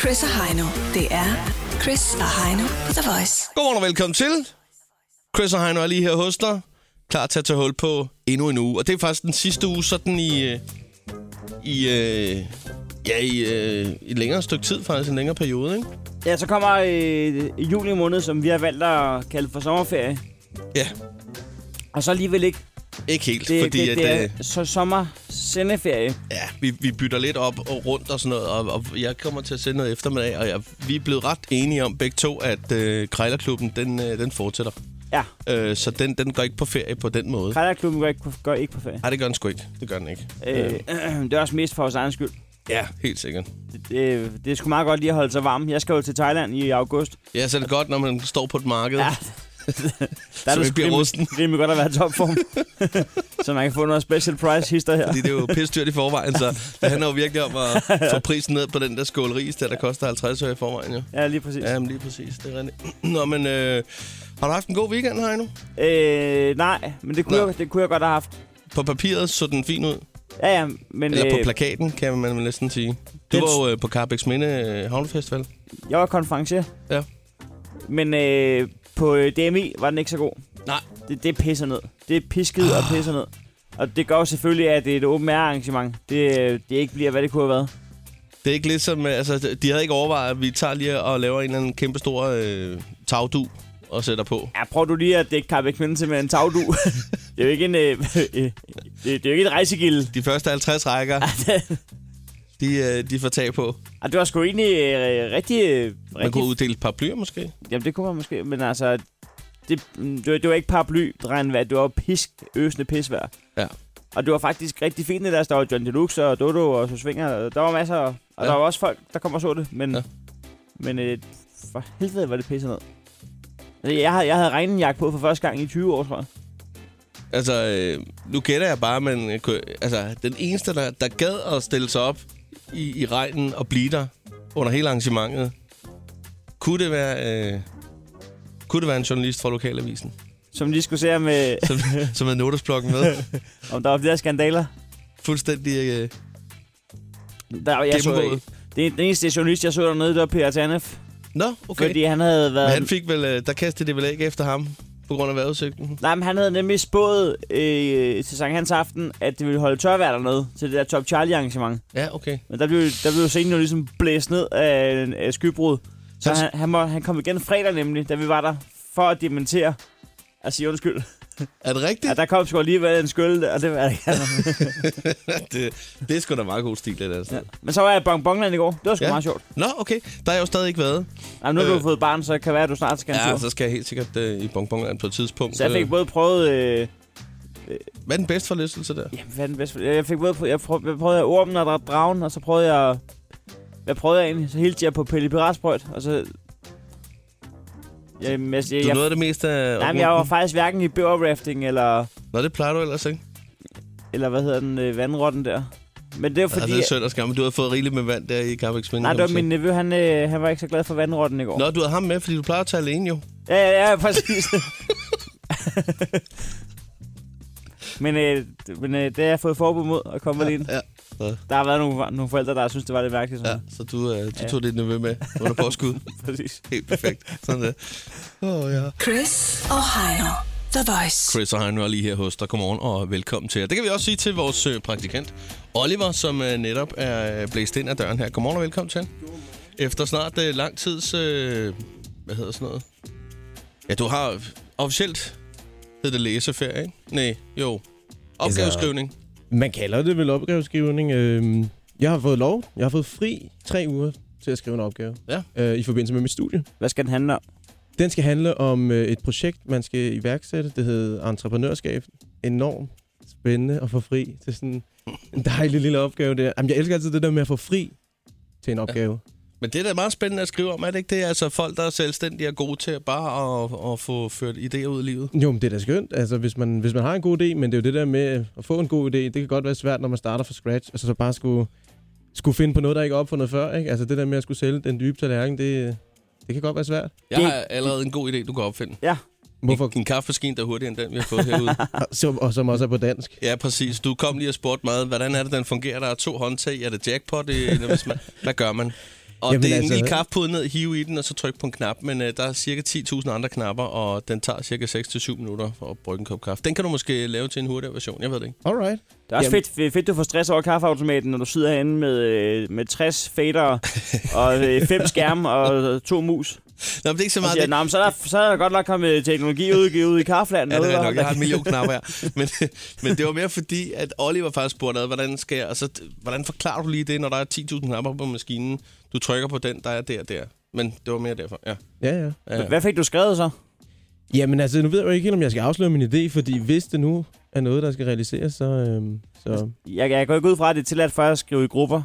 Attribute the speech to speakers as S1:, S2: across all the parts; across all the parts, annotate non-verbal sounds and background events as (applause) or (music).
S1: Chris og Heino. Det er Chris og Heino på The Voice.
S2: Godmorgen og velkommen til. Chris og Heino er lige her hos dig. Klar til at tage hul på endnu en uge. Og det er faktisk den sidste uge, sådan i... øh, I, øh, ja, i øh, et længere stykke tid, faktisk. En længere periode, ikke?
S3: Ja, så kommer øh, juli måned, som vi har valgt at kalde for sommerferie.
S2: Ja,
S3: Og så alligevel ikke.
S2: ikke helt,
S3: Det,
S2: fordi
S3: det,
S2: at,
S3: det er
S2: øh,
S3: så sommersendeferie.
S2: ja, vi, vi bytter lidt op og rundt og sådan noget, og, og jeg kommer til at sende noget eftermiddag, og jeg, vi er blevet ret enige om begge to, at øh, Krejlerklubben, den, øh, den fortsætter.
S3: Ja,
S2: Øh, så den, den går ikke på ferie på den måde.
S3: Krejlerklubben går ikke, på- går ikke på ferie.
S2: Nej, det gør den sgu ikke. Det gør den ikke.
S3: Øh, øh, (clears throat) det er også mest for vores egen skyld.
S2: Ja, helt sikkert.
S3: Det, det, det er sgu meget godt lige at holde sig varm. Jeg skal jo til Thailand i august.
S2: Ja, så er det godt, når man står på et marked.
S3: Ja.
S2: Ja.
S3: Der
S2: Så vi
S3: sgu
S2: bliver
S3: rimelig-
S2: rusten.
S3: rimelig godt at være i
S2: (laughs)
S3: topform. så man kan få noget special price hister her.
S2: Fordi det er jo pisse dyrt i forvejen,
S3: (laughs)
S2: så det handler jo virkelig om at få prisen ned på den der skål ris, der, der koster 50 øre i forvejen, jo.
S3: Ja, lige præcis.
S2: Ja, men lige præcis. Det er rigtigt. (clears throat) Nå, men øh, har du haft en god weekend, Heino?
S3: Øh, nej, men det kunne,
S2: Nå.
S3: jeg, det kunne jeg godt have haft.
S2: På papiret så den fin ud.
S3: Ja, ja, men
S2: Eller på
S3: øh,
S2: plakaten, kan man vel næsten sige. Du
S3: Den-
S2: var jo øh, på Carbex Minde øh, Havnefestival.
S3: jeg var konferencier.
S2: Ja.
S3: Men øh, på øh, DMI var den ikke så god.
S2: Nej. Ah.
S3: Det, det pisser ned. Det er pisket og pisser ned. Og det gør jo selvfølgelig, at det er et åbent air arrangement. Det, øh, det ikke bliver, hvad det kunne have været.
S2: Det er ikke ligesom... øh, Altså, de havde ikke overvejet, at vi tager lige og laver en eller anden kæmpe stor øh, tagdu og sætter på.
S3: Ja, prøv du lige at dække Carbeck Minde til med en tagdu. det er jo ikke en... Øh, (laughs) øh, det, det er jo ikke et rejsegilde.
S2: De første 50 rækker, de, øh, de får tag på.
S3: Og det var sgu egentlig øh, rigtig... øh,
S2: Man
S3: rigtig
S2: kunne uddele paraplyer måske.
S3: Jamen, det kunne man måske, men altså... Det, mm, det, var, det var ikke paraply, regnvejr. Det var pisk, øsende pisvejr.
S2: Ja.
S3: Og det var faktisk rigtig fint, det der. Der var John Deluxe og Dodo og så Svinger. og Der var masser, og ja.
S2: Ja.
S3: der var også folk, der kom og så det. Men,
S2: Ja.
S3: ja. men øh, for helvede var det pisset ned. Altså, jeg havde, jeg havde regnjakke på for første gang i 20 år, tror jeg.
S2: Altså, øh, nu gætter jeg bare, men jeg kunne- altså, den eneste, der, der gad at stille sig op i, i regnen og blive der under hele arrangementet, kunne det være, øh, kunne det være en journalist fra Lokalavisen,
S3: Som lige skulle se, om, øh,
S2: som, (laughs) som havde notesblokken med.
S3: (laughs) om der var flere skandaler.
S2: Fuldstændig øh,
S3: Der, jeg så,
S2: gennemgået.
S3: det, den eneste journalist, jeg så dernede, det var Peter Tanef.
S2: Nå, okay.
S3: Okay.
S2: Fordi,
S3: Fordi han havde været...
S2: men han fik vel, øh, der kastede det vel ikke efter ham på grund af vejrudsigten.
S3: Nej, men han havde nemlig spået øh, til Sankt Hans Aften, at det ville holde tørvejr dernede til det der Top Charlie arrangement.
S2: Ja, okay.
S3: Men der blev, der blev scenen jo ligesom blæst ned af, en- af skybrud. Så
S2: Han-
S3: han, han, må, han kom igen fredag nemlig, da vi var der, for at dementere og sige undskyld.
S2: Er det rigtigt?
S3: Ja, der kom sgu alligevel en skyld, og det var (laughs) det ikke.
S2: (laughs) det, det er sgu da meget god stil, det der. Altså. Ja.
S3: ja. Men så var jeg i Bongbongland i går. Det var sgu
S2: Ja.
S3: ja. meget sjovt.
S2: Nå, okay. Der er jeg jo stadig ikke været.
S3: Jamen, nu har
S2: Øh.
S3: du fået barn, så kan det være, at du snart skal ja,
S2: Ja,
S3: en tur.
S2: så skal jeg helt sikkert øh, i bonbonland på et tidspunkt.
S3: Så jeg
S2: Øh,
S3: fik både prøvet... Øh,
S2: Hvad er den bedste forlystelse der?
S3: Jamen, hvad er den bedste? Jeg fik både prøvet, jeg prøvede, jeg prøvede ormen og dræbte dragen, og så prøvede jeg... Hvad prøvede jeg egentlig? Så hilste jeg på Pelle Piratsprøjt, og så... Jamen, jeg, jeg,
S2: Du
S3: jeg,
S2: nåede det meste af
S3: nej, men jeg var faktisk hverken i bøgerrafting eller,
S2: Nå, det plejer du ellers, ikke?
S3: eller hvad hedder den, øh, vandrotten der. Men det var
S2: Fordi...
S3: fordi...
S2: Altså, det er synd og skam, men du havde fået rigeligt med vand der i Carbex Minde.
S3: nej, det
S2: kan
S3: var
S2: man
S3: min nevø, han, øh, han var ikke så glad for vandrotten i
S2: sige.
S3: går.
S2: Nå, du havde ham med, fordi du plejer at tage alene jo.
S3: Ja, ja, ja, præcis. men øh, d- men øh, det har jeg fået forbud mod at komme ja, alene.
S2: ja. Så,
S3: Der har været nogle, nogle forældre, der synes, det var lidt mærkeligt.
S2: ja,
S3: Sådan.
S2: så du, øh, du
S3: Ja.
S2: tog dit niveau med under påskud.
S3: Ja. (laughs) Præcis.
S2: Helt perfekt. Sådan det. Åh, oh, ja.
S1: Chris og Heino. The Voice.
S2: Chris og Heino er lige her hos dig. Godmorgen og velkommen til jer. Det kan vi også sige til vores øh, praktikant, Oliver, som øh, netop er øh, blæst ind ad døren her. Godmorgen og velkommen til. Efter snart øh, lang tids... Øh, hvad hedder sådan noget? Ja, du har officielt hedder det læseferie, ikke? Nej, jo. Opgaveskrivning.
S4: Altså, Man kalder det vel opgaveskrivning. Øhm, Jeg har fået lov. Jeg har fået fri tre uger til at skrive en opgave
S2: Ja.
S4: øh, i forbindelse med mit studie.
S3: Hvad skal den handle om?
S4: Den skal handle om øh, et projekt, man skal iværksætte. Det hedder entreprenørskab. Enormt spændende at få fri til sådan en dejlig lille opgave der. Jamen, jeg elsker altid det der med at få fri til en opgave.
S2: Men det er da meget spændende at skrive om, er det ikke det? Altså folk, der er selvstændige, er gode til at bare at, at få ført idéer ud i livet.
S4: Jo, men det er da skønt, altså, hvis, man, hvis man har en god idé, men det er jo det der med at få en god idé, det kan godt være svært, når man starter fra scratch, og så, så bare skulle, skulle finde på noget, der ikke er opfundet før. Ikke? Altså det der med at skulle sælge den dybe tallerken, det, det kan godt være svært.
S2: Jeg
S3: Det-
S2: har allerede en god idé, du kan opfinde.
S4: Hvorfor?
S2: En kaffemaskine, der er hurtigere end den, vi har
S4: (laughs)
S2: fået herude.
S4: Som, og som også er på dansk.
S2: Ja, præcis. Du kom lige og spurgte mig, hvordan er det, den fungerer? Der er to håndtag. Er det jackpot? i- Hvis man... Hvad gør man? Og
S4: Jamen
S2: Jamen det er altså...
S4: altså-
S2: en lille kaffepude ned, hive i den, og så trykke på en knap. Men øh, der er cirka 10.000 andre knapper, og den tager cirka 6-7 minutter for at brygge en kop kaffe. Den kan du måske lave til en hurtigere version, jeg ved det ikke.
S4: Alright.
S3: Det er også
S4: Jamen-
S3: fedt, fedt, fedt, du får stress over kaffeautomaten, når du sidder herinde med, øh, med 60
S2: (laughs)
S3: fader og øh, fem skærme og øh, to mus.
S2: Nå, men det er ikke så
S3: Og
S2: meget
S3: siger,
S2: det.
S3: nah, men så er der, så er der godt nok kommet teknologi ud, ud i kaffelandet.
S2: Ja, det
S3: derude,
S2: er nok.
S3: hva'?"
S2: Jeg har en million
S3: (laughs)
S2: knapper her. Men, men det var mere fordi, at Oliver faktisk spurgte ad, hvordan, skal jeg, og så, hvordan forklarer du lige det, når der er 10.000 knapper på maskinen? Du trykker på den, der er der der. Men det var mere derfor, ja.
S4: Ja, ja.
S2: ja, ja.
S3: Hvad fik du skrevet så?
S4: Jamen altså, nu ved jeg jo ikke helt, om jeg skal afsløre min idé, fordi hvis det nu er noget, der skal realiseres, så... Øhm, så
S3: Jeg, jeg går ikke ud fra, at det er tilladt for jer at skrive i grupper.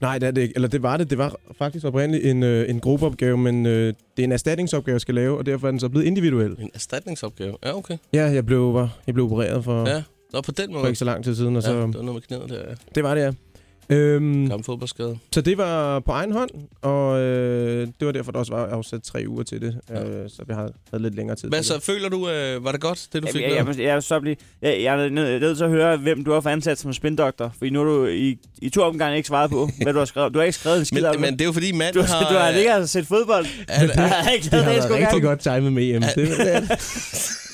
S4: nej, det er det ikke. Eller det var det. Det var faktisk oprindeligt en, øh, en gruppeopgave, men øh, det er en erstatningsopgave, jeg skal lave, og derfor er den så blevet individuel.
S2: En erstatningsopgave. Ja, okay.
S4: Ja, jeg blev, var, jeg blev opereret for, ja.
S2: Ja. Nå, på den måde.
S4: for ikke så lang tid siden, og så...
S2: Ja,
S4: Ja.
S2: det var noget med knæet der, ja.
S4: Det var det, ja. Øhm,
S2: Gammel fodboldskade.
S4: så det var på egen hånd, og øh, det var derfor, der også var afsat tre uger til det,
S2: Ja.
S4: øh, så vi havde, havde lidt længere tid
S2: Hvad
S4: til
S2: så,
S4: det.
S2: føler du, øh, var det godt, det du fik
S3: jeg,
S2: lavet?
S3: jeg, jeg, jeg, så blive, jeg, jeg er nødt nødt til at høre, hvem du har fået ansat som spindoktor. Fordi nu har du i, i to omgange ikke svaret på, hvad du har skrevet. Du har ikke skrevet en skid om
S2: Men,
S3: det.
S2: men det er jo fordi manden
S3: du,
S2: har...
S3: har, du har ikke altså set fodbold.
S2: Han,
S3: Jeg
S2: han,
S3: har ikke
S4: Det
S3: lavet
S4: har
S3: det,
S4: været
S3: jeg skulle
S4: rigtig
S3: gerne.
S4: godt timet med EM. Det, det, er det.
S3: (laughs)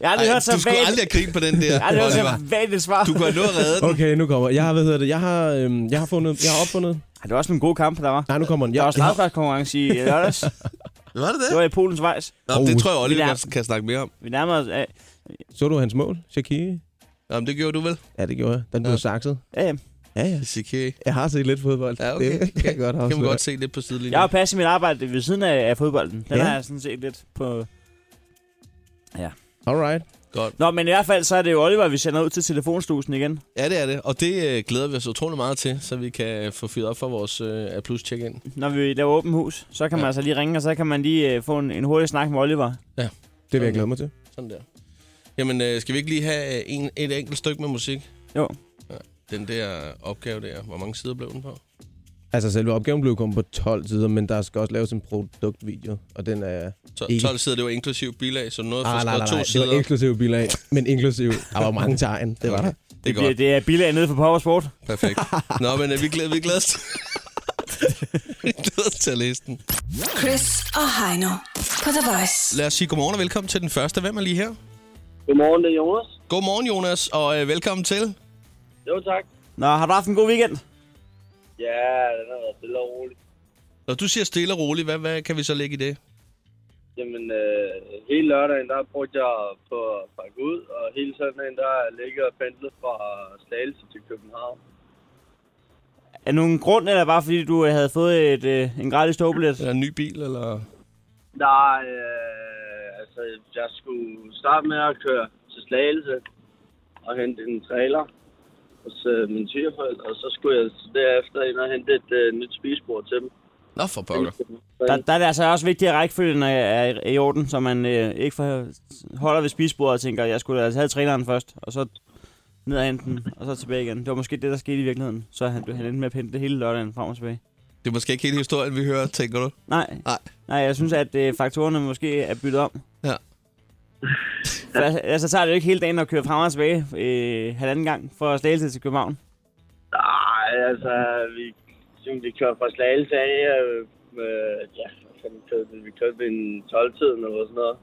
S3: Jeg har aldrig
S2: ej,
S3: hørt så
S2: du skulle
S3: vagt-
S2: aldrig have grinet på den der,
S3: Jeg har aldrig hørt så
S2: Oliver.
S3: vagt et svar.
S2: Du kunne have nået at redde den.
S4: Okay, nu kommer jeg. har, hvad hedder det? Jeg har, øhm, jeg har fundet, jeg har opfundet.
S3: Ej, det var også en god kamp, der var.
S4: Nej, nu kommer den.
S3: Der
S4: Jeg,
S3: var slagfladskonkurrence i øh, lørdags.
S2: Var det det?
S3: Det var i Polens Vejs.
S2: Nå, men det
S4: Oh.
S2: tror jeg, Oliver
S3: Vi
S2: kan, kan snakke mere om.
S3: Vi nærmer os... øh, Ja,
S4: så du hans mål, Shakiri?
S2: Jamen, det gjorde du vel?
S4: Ja, det gjorde jeg. Den blev
S2: Ja.
S4: sakset.
S3: ja.
S4: Ja, ja.
S2: Sikiri.
S4: Jeg har set lidt fodbold.
S2: Ja, okay.
S4: Det kan jeg godt
S2: Det kan man
S4: afsløre.
S2: godt se lidt på sidelinjen.
S3: Jeg har passet mit arbejde ved siden af, af fodbolden. Den
S4: Ja.
S3: har jeg sådan set lidt på...
S4: Alright.
S2: Godt.
S3: Nå, men i hvert fald så er det jo Oliver, vi sender ud til telefonstusen igen.
S2: Ja, det er det. Og det øh, glæder vi os utrolig meget til, så vi kan få fyret op for vores øh, plus check in
S3: Når vi laver åben hus, så kan man
S2: Ja.
S3: altså lige ringe, og så kan man lige øh, få en, en hurtig snak med Oliver.
S4: Det vil jeg glæde mig til.
S2: Sådan der. Jamen, øh, skal vi ikke lige have øh, en, et enkelt stykke med musik?
S3: Jo.
S2: Ja. Den der opgave der, hvor mange sider blev den på?
S4: Altså, selve opgaven blev kommet på 12 sider, men der skal også laves en produktvideo, og den er...
S2: To-
S4: Ikke.
S2: 12 sider, det var inklusiv bilag, så noget for
S4: Ah, nej, nej, nej.
S2: to
S4: Det
S2: sider.
S4: var inklusiv bilag, men
S2: (laughs)
S4: inklusiv... Der var mange tegn, det var der.
S2: Det er
S3: Det,
S2: godt.
S3: det er bilag nede for Powersport. (laughs)
S2: Perfekt. Nå, men øh, vi glæder, vi glæder os (laughs) vi glæder os til at læse den.
S1: Chris og Heino på The Voice.
S2: Lad os sige godmorgen og velkommen til den første. Hvem er lige her?
S5: Godmorgen, det er Jonas.
S2: Godmorgen, Jonas, og øh, velkommen til.
S5: Jo, tak.
S3: Nå, har du haft en god weekend?
S5: Ja, den har været stille og roligt.
S2: Når du siger stille og roligt, hvad, hvad kan vi så lægge i det?
S5: Jamen, øh, hele lørdagen, der brugte jeg på at pakke ud, og hele søndagen, der ligger og pendlet fra Slagelse til København.
S3: Er det nogen grund, eller bare fordi du øh, havde fået et, øh, en gratis togbillet?
S2: Eller en ny bil, eller...
S5: Nej, øh, altså, jeg skulle starte med at køre til Slagelse og hente en trailer hos øh, mine svigerforældre, og så skulle jeg derefter ind og hente et øh, nyt spisebord til dem.
S2: Nå, for pokker.
S3: Der, der er det altså også vigtigt, at rækkefølgen er, er i- er i orden, så man øh, ikke for, holder ved spisebordet og tænker, jeg skulle altså have træneren først, og så ned og hente den, og så tilbage igen. Det var måske det, der skete i virkeligheden. Så han, han endte med at pinde det hele lørdagen frem og tilbage.
S2: Det er måske ikke hele historien, vi hører, tænker du?
S3: Nej,
S2: Nej.
S3: nej jeg synes, at øh, faktorerne måske er byttet om.
S2: Ja.
S3: For altså, altså, tager det jo ikke hele dagen at køre frem og tilbage øh, halvanden gang for Slagelse til København.
S5: Nej, altså, vi, synes, vi kørte fra Slagelse af, øh, øh, ja, hvad fanden kørte vi? vi kørte ved en 12-tiden eller sådan noget.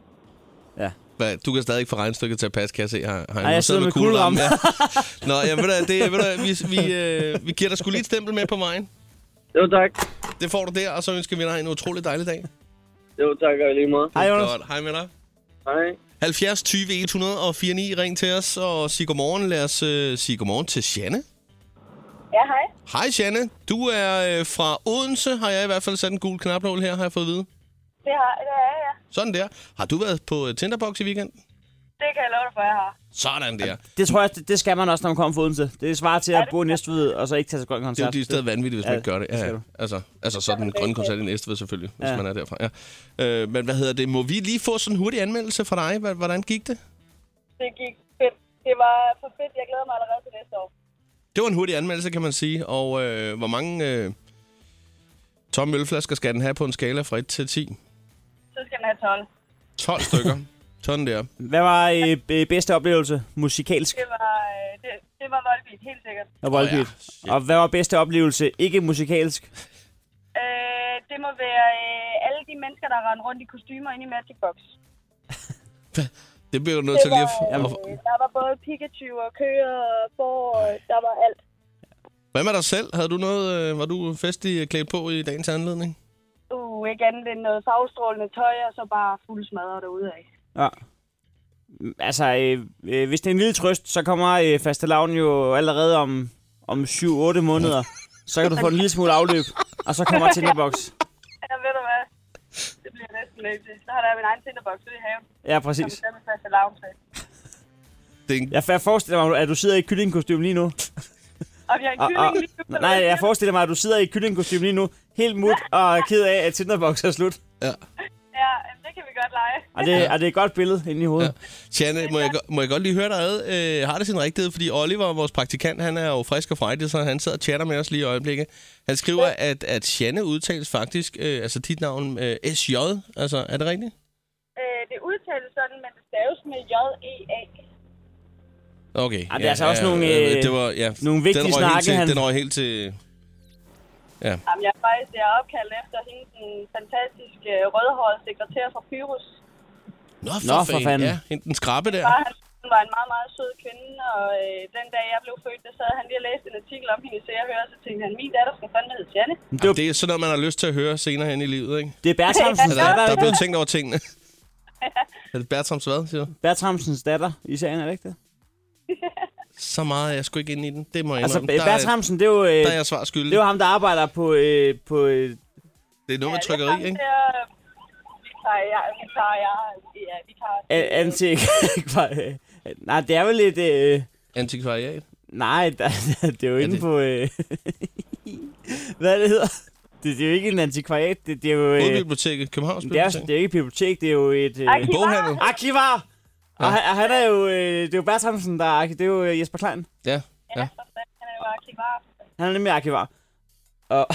S2: Hvad, du kan stadig ikke få regnstykket til at passe, kan jeg se. Har, har
S3: jeg sidder med
S2: kuglerammen. Ja. Nå, ja, ved du, hvad, det, ved du, hvad, vi, vi, øh, vi giver dig sgu lige et stempel med på vejen.
S5: Jo tak,
S2: Det får du der, og så ønsker vi dig en utrolig dejlig dag.
S5: jo tak og i lige måde.
S3: Hej Jonas.
S2: Godt, hej med dig.
S5: Hej.
S2: 70 20 104 9, ring til os og sig godmorgen. Lad os øh, sige godmorgen til Janne.
S6: Ja, hej.
S2: Hej Janne, du er øh, fra Odense, har jeg i hvert fald sat en gul knapnål her, har jeg fået at vide.
S6: Det, har, det er jeg.
S2: Sådan der. Har du været på øh, Tinderbox i weekenden?
S6: Det kan jeg love dig for, jeg har.
S2: Sådan der.
S3: Det tror jeg, det, det skal man også, når man kommer fra Odense. Det svarer til at bo i Næstved, og så ikke tage til grøn
S2: Det er jo
S3: koncert.
S2: det stadig vanvittigt, hvis ja,
S3: Ja,
S2: man ikke gør det.
S3: det
S2: Ja,
S3: skal
S2: ja.
S3: du.
S2: Altså, altså sådan en grøn koncert i Næstved selvfølgelig, hvis
S3: Ja.
S2: man er derfra. Ja. Øh, men hvad hedder det? Må vi lige få sådan en hurtig anmeldelse fra dig? Hva- Hvordan gik det?
S6: Det gik fedt. Det var for fedt. Jeg glæder mig allerede til næste år.
S2: Det var en hurtig anmeldelse, kan man sige. Og øh, hvor mange øh, tomme ølflasker skal den have på en skala fra 1 til 10?
S6: Så skal den have 12.
S2: 12 stykker. Sådan der.
S3: Hvad var øh, b- bedste oplevelse musikalsk
S6: Det var, øh, det, det var Volbeat, helt sikkert.
S3: og
S2: Åh,
S3: voldbeat?
S2: ja. Shit.
S3: Og hvad var bedste oplevelse ikke musikalsk?
S6: Øh, det må være øh, alle de mennesker, der render rundt i kostymer inde i Magic Box.
S2: Det bliver du nødt
S6: Det
S2: til lige at...
S6: var,
S2: Jamen.
S6: øh, der var både Pikachu og køer og får, og der var alt.
S2: Hvad med dig selv? Havde du noget, øh, var du festlig klædt på i dagens anledning?
S6: Uh, ikke andet end noget farvestrålende tøj, og så bare fuld smadret derude af.
S3: Ja. Mm, Altså, øh, øh, hvis det er en lille trøst, så kommer øh, fastelavn jo allerede om, om 7-8 måneder. Så kan du få en lille smule afløb, og så kommer Tinderbox.
S6: Ja, ved du hvad? Det bliver næsten nødt til. Så har der min egen tinderbox ude i haven,
S3: Ja,
S6: som
S3: præcis.
S6: der med faste lavn til.
S2: Det er en,
S3: Jeg jeg forestiller mig, at du sidder i et kyllingkostyme lige nu.
S6: Og vi har en
S3: Og, og,
S6: kylling lige nu.
S3: Ah, nej, jeg forestiller mig, at du sidder i et kyllingkostyme lige nu, helt mut og er ked af, at Tinderbox er slut.
S6: Ja, jamen, det kan vi godt lege.
S3: Og det, og det er et godt billede inde i hovedet.
S2: Janne, må jeg, go- må jeg godt lige høre dig ad? Øh, har det sin rigtighed? Fordi Oliver, vores praktikant, han er jo frisk og frejdig, så han sidder og chatter med os lige i øjeblikket. Han skriver, at, at Janne udtales faktisk, øh, altså dit navn, øh, SJ. Altså, er det rigtigt?
S6: Øh, det udtales sådan, men det staves med E J-E-A.
S2: Okay.
S3: Ah, det er altså også nogle, øh,
S2: det var, ja,
S3: nogle vigtige
S2: den røg helt
S3: snakke,
S2: til,
S3: han-
S2: Den røg helt til...
S6: Jamen, jeg er faktisk jeg er opkaldt efter hende, den fantastiske øh, rødhårede sekretær fra Pyrus.
S2: Nå,
S3: Nå, for fanden.
S2: Ja, hende den skrappe der.
S6: Far, han hun var en meget, meget sød kvinde, og øh, den dag jeg blev født, der sad han lige og læste en artikel om hende, så jeg hører, så tænkte han, min datter skal fandme hedde Janne.
S3: Men Det,
S2: Det,
S3: er-
S2: det er sådan noget, man har lyst til at høre senere hen i livet, ikke?
S3: det er Bertramsens
S2: Altså, der er
S3: datter,
S2: blevet
S3: ikke?
S2: tænkt over tingene. er det Bertrams hvad, siger du?
S3: Bertramsens datter i serien, er det ikke det?
S2: (laughs) Så meget er jeg sgu ikke inde i den. Det må jeg
S3: Altså,
S2: indrømme. Der er-
S3: Bertramsen, det er jo... øh,
S2: Der er jeg svar skyldig.
S3: Det var ham, der arbejder på, øh, på øh,
S2: Det er noget med
S6: Ja,
S2: trykkeri,
S6: Det
S2: ikke?
S6: er frem til, øh, vi tager jer, vi tager jer, ja, vi tager
S3: a- antik... øh, (laughs) nej, det er vel et... Øh,
S2: Antikvariat.
S3: nej, der, (laughs) det er jo inde
S2: det-
S3: på... Øh, (laughs) hvad er det hedder? Det, det er jo ikke en antikvariat, det, det er jo... Øh,
S2: Hovedbiblioteket, Københavns
S3: det, er, det
S2: Bibliotek.
S3: er jo ikke et bibliotek, det er jo et... Øh,
S6: Arkiv.
S2: Boghandel.
S3: arkivar! Og han, og han er jo... Øh, det er jo Bertramsen, der er arki- Det er jo øh, Jesper Klein.
S2: Ja.
S6: Ja, for fanden, han er jo arkivar.
S3: Han er nemlig arkivar. Og,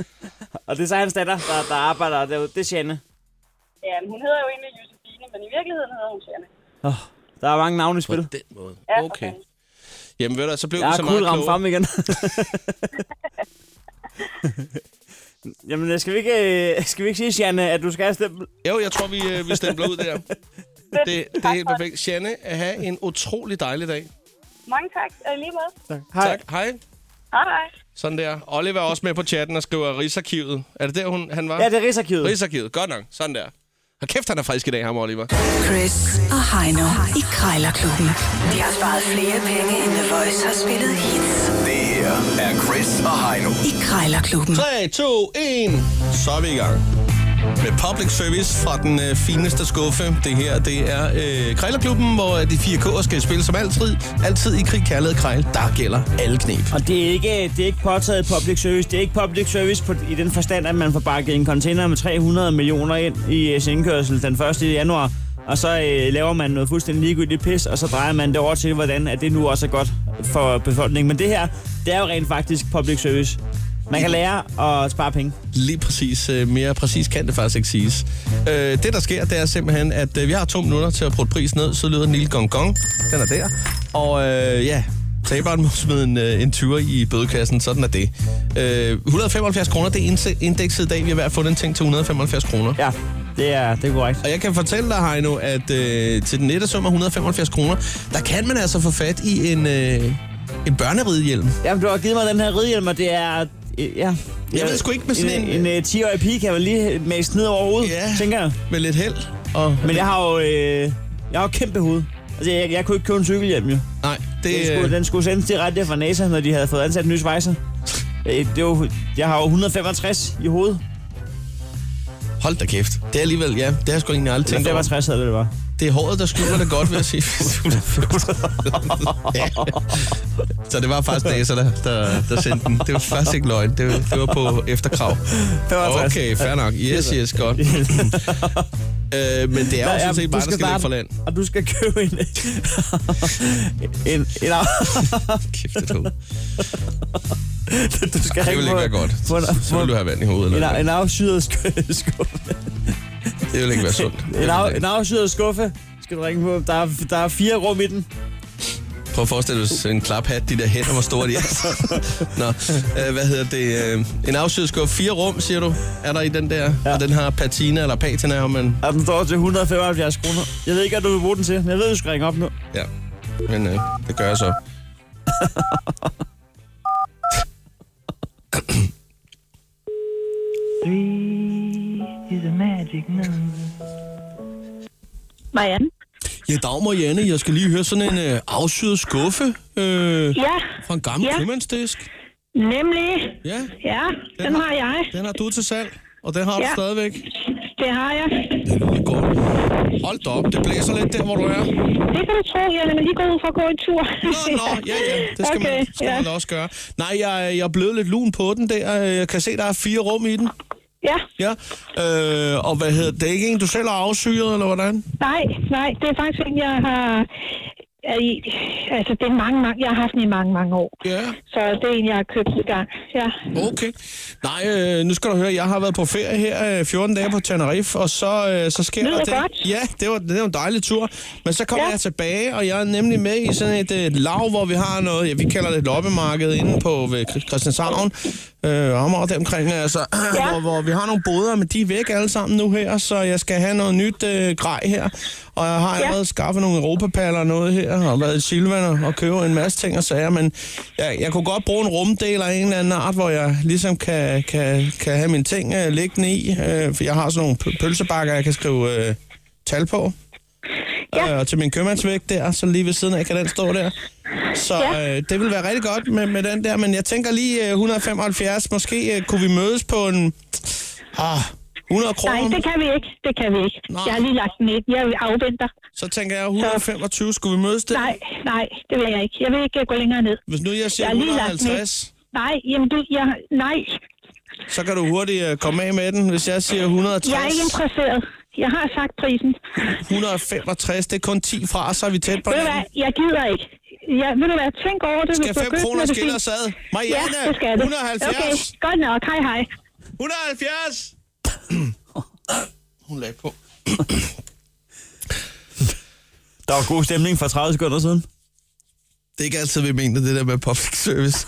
S3: (laughs) og det er så hans datter, der, der arbejder derude. Det er Janne.
S6: Ja, men hun hedder jo egentlig Josefine, men i virkeligheden hedder hun Janne.
S3: Der er mange navne i
S2: På
S3: spil.
S2: den måde.
S6: Ja, for
S2: Okay.
S6: fanden.
S2: Jamen ved du, så blev
S3: Jeg
S2: vi
S3: har
S2: så meget
S3: kul ramt
S2: klogere.
S3: frem
S2: (laughs)
S3: igen. Jamen, øh, skal vi ikke, øh, (laughs) skal vi ikke sige, Janne, at du skal have stempel?
S2: Jo, jeg tror, vi, øh, vi stempler ud
S3: (laughs)
S2: der. Det, det er helt perfekt. Janne, have en utrolig dejlig dag.
S6: Mange tak, og i lige måde.
S3: Hej.
S2: Tak. Hej.
S6: Hej, hej.
S2: Sådan der. Oliver er også med på chatten og skriver Rigsarkivet. Er det der, hun, han var?
S3: Ja, det er Rigsarkivet.
S2: Rigsarkivet. Godt nok. Sådan der. Og kæft, han er frisk i dag, ham Oliver.
S1: Chris og Heino i Krejlerklubben. De har sparet flere penge, end The Voice har spillet hits
S7: Det her er Chris og Heino.
S1: i Krejlerklubben.
S2: 3, 2, 1. Så er vi i gang. Med public service fra den øh, fineste skuffe. Det her, det er øh, Krejlerklubben, hvor øh, de fire K'er skal spille som altid. Altid i krig, kærlighed, krejl. Der gælder alle knep.
S3: Og det er, ikke, øh, det er ikke påtaget public service. Det er ikke public service på, i den forstand, at man får bakket en container med 300 millioner ind i øh, sin indkørsel den 1. januar. Og så øh, laver man noget fuldstændig ligegyldigt pis, og så drejer man det over til, hvordan at det nu også er godt for befolkningen. Men det her, det er jo rent faktisk public service. Man kan lære at spare penge.
S2: Lige præcis. øh, Mere præcis kan det faktisk ikke siges. Øh, Det, der sker, det er simpelthen, at øh, vi har to minutter til at putte prisen ned. Så lyder den lille gong gong. Den er der. Og øh, ja, taberen må smide en, øh, en 20'er i bødekassen. Sådan er det. Øh, 175 kroner, det er indse- indekset i dag. Vi har hver fundet en ting til 175 kroner.
S3: Ja, det er, det er korrekt.
S2: Og jeg kan fortælle dig, Heino, at øh, til den nette sum af 175 kroner, der kan man altså få fat i en, øh, en børneridhjelm.
S3: Jamen, du har givet mig den her ridhjelm, og det er... øh, Ja.
S2: Jeg ved sgu ikke med sådan en-
S3: En, en, øh, 10-årig pige kan vel lige mæse ned over hovedet,
S2: Ja.
S3: tænker jeg.
S2: Med lidt held. Og,
S3: Men jeg har jo... Øh, jeg har jo kæmpe hoved. Altså, jeg, jeg kunne ikke købe en cykelhjelm, jo.
S2: Nej,
S3: Den
S2: det,
S3: skulle,
S2: øh,
S3: den skulle sendes direkte fra NASA, når de havde fået ansat en ny svejser. Øh, Det var, jeg har jo 165 i hovedet.
S2: hold da kæft. Det er alligevel, ja, det har jeg sgu egentlig aldrig
S3: Eller
S2: tænkt over.
S3: 65 havde det, det var.
S2: Det er håret, der skjuler det godt, vil jeg
S3: (laughs)
S2: sige. (laughs) ja. Så det var faktisk NASA, der, der, der sendte den. Det var faktisk ikke løgn. Det var, det var på efterkrav.
S3: 65.
S2: Okay, fair nok. Yes, yes,
S3: (laughs)
S2: godt. øh, men det er jo sådan set bare, der skal lidt for land.
S3: og du skal købe
S2: (laughs)
S3: en... en, en
S2: Kæft, det er dumt.
S3: du skal
S2: Det ville ikke være godt.
S3: Få en,
S2: Så
S3: få
S2: ville du have vand i hovedet. Eller?
S3: en,
S2: noget.
S3: en afsyret skuffe. skuffe.
S2: Det ville ikke være sundt.
S3: En, af, en afsyret skuffe skal du ringe på. Der er, der er fire rum i den.
S2: Prøv at forestille dig, hvis en klaphat, de der hænder, hvor store de (laughs) er. Nå, øh, hvad hedder det? Øh, en afsøgskuffe, fire rum, siger du, er der i den der. Ja. Og den har patina eller patina, men
S3: Ja, den står til 175 kroner. Jeg ved ikke, hvad du vil bruge den til, men jeg ved, du skal ringe op nu.
S2: ja. Men øh, det gør jeg så.
S8: Marianne?
S2: Ja, dag, Marianne, jeg skal lige høre sådan en øh, afsyret skuffe øh,
S8: Ja,
S2: fra en gammel
S8: Ja.
S2: købmandsdisk.
S8: nemlig.
S2: Ja,
S8: Ja, den,
S2: Den har-
S8: har jeg.
S2: den har du til salg, og den har du
S8: Ja.
S2: stadigvæk.
S8: Det har jeg.
S2: Det er godt. Hold da op, det blæser lidt der, hvor du er.
S8: Det kan du tro, jeg er lige gået ud for at gå en tur.
S2: Nå, nå, ja, ja, det skal,
S8: (laughs)
S2: okay,
S8: okay,
S2: man, skal
S8: ja.
S2: ja. man da også gøre. Nej, jeg, jeg er blevet lidt lun på den der. Jeg kan se, der er fire rum i den.
S8: Ja,
S2: Ja. Øh, og hvad hedder det? er ikke en, du selv har afsyret, eller hvordan?
S8: nej, nej, det er faktisk en, jeg har... er i- Altså, det er mange, mange... Jeg har haft den i mange, mange år.
S2: Ja,
S8: Så det er en, jeg har købt i gang. Ja,
S2: okay. Nej, øh, nu skal du høre, jeg har været på ferie her øh, 14 dage på Tenerife, og så, øh, så sker
S8: Lyder
S2: der det.
S8: godt.
S2: Ja, det var, det var en dejlig tur. Men så kommer ja.
S8: Ja.
S2: jeg tilbage, og jeg er nemlig med i sådan et øh, lav, hvor vi har noget, ja, vi kalder det et loppemarked inde på ved Kr- Christianshavn, øh, Amager og omkring, altså, (clears throat) ja.
S8: Ja.
S2: hvor, hvor vi har nogle boder, men de er væk alle sammen nu her, så jeg skal have noget nyt øh, grej her. Og jeg har allerede skaffet nogle europapaller og noget her, og været i Silvan og, og købe en masse ting og sager, men jeg, jeg kunne godt bruge en rumdel af en eller anden art, hvor jeg ligesom kan, kan, kan have mine ting øh, liggende i, øh, for jeg har sådan nogle pø- pølsebakker, jeg kan skrive... Øh, tal på.
S8: Ja.
S2: Øh, og til min købmandsvægt der, så lige ved siden af kan den stå der. Så ja.
S8: Ja.
S2: øh, det vil være rigtig godt med, med den der, men jeg tænker lige øh, 175, måske øh, kunne vi mødes på en ah, 100
S8: nej,
S2: kroner.
S8: det kan vi ikke. Det kan vi ikke.
S2: Nej.
S8: Jeg har lige lagt den ind. Jeg afventer.
S2: Så tænker jeg 125, skulle vi mødes der?
S8: Nej, nej, det vil jeg ikke. Jeg vil ikke gå længere ned.
S2: Hvis nu jeg siger
S8: Jeg har lige lagt den ind.
S2: 150,
S8: Nej, jamen du, jeg, nej,
S2: så kan du hurtigt øh, komme af med den. Hvis jeg siger
S8: jeg er ikke
S2: 160,
S8: interesseret. Jeg har sagt prisen.
S2: 165, det er kun 10 fra, så er vi tæt på
S8: Ved du hvad,
S2: hinanden.
S8: jeg gider ikke. Jeg, ved du hvad, tænk over det.
S2: Skal
S8: hvis du
S2: 5
S8: har købt
S2: kroner
S8: den, er det
S2: skille
S8: fint.
S2: os ad?
S8: Ja,
S2: Marianne,
S8: det skal det.
S2: 170!
S8: Okay, godt nok. Hej, hej.
S2: 170! Hun lagde på. (clears throat)
S3: Der var god stemning for 30 sekunder siden.
S2: Det er ikke altid, vi mener det der med public service.